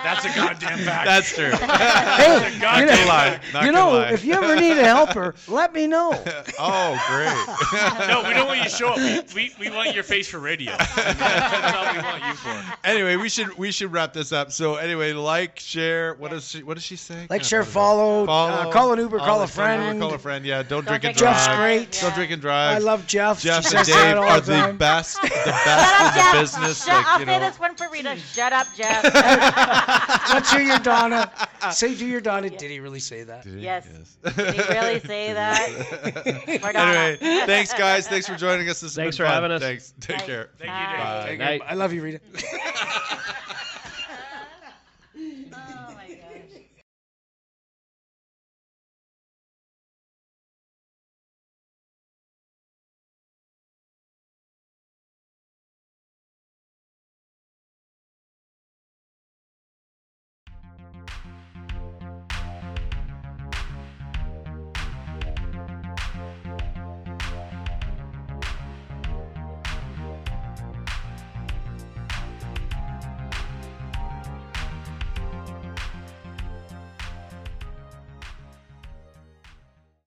That's a (laughs) goddamn fact. That's (laughs) true. Hey, Not you gonna know, lie. Not gonna you know, lie. if you ever need a helper, let me know. (laughs) oh, great. (laughs) no, we don't want you to show up. We, we, we want your face (laughs) for radio. That's all we want you for. anyway, we should we should wrap this up. So anyway, like, share. What does she? What does she say? Like, God, share, what is it? follow, uh, call an Uber, Oh, call a like, an Uber, friend. Call a friend. Yeah. Don't, drink and drink drive. and drive. Jeff's great. Don't Yeah. drink and drive. I love Jeff. Jeff she and says that Dave all are the the time. best, the Shut best up, in the Jeff. business. Shut, Like, I'll you say know, this one for Rita. Shut up, (laughs) Jeff. (laughs) Let's hear your Donna. Say, do your Donna. Did he really say that? Did he? Yes. Did you really say that? (laughs) We're not. anyway, thanks guys. Thanks for joining us. This has Thanks been for fun. having us. Thanks. Take Bye. care. Thank you, Dave. Bye. Okay, Night. I love you, Rita. Oh,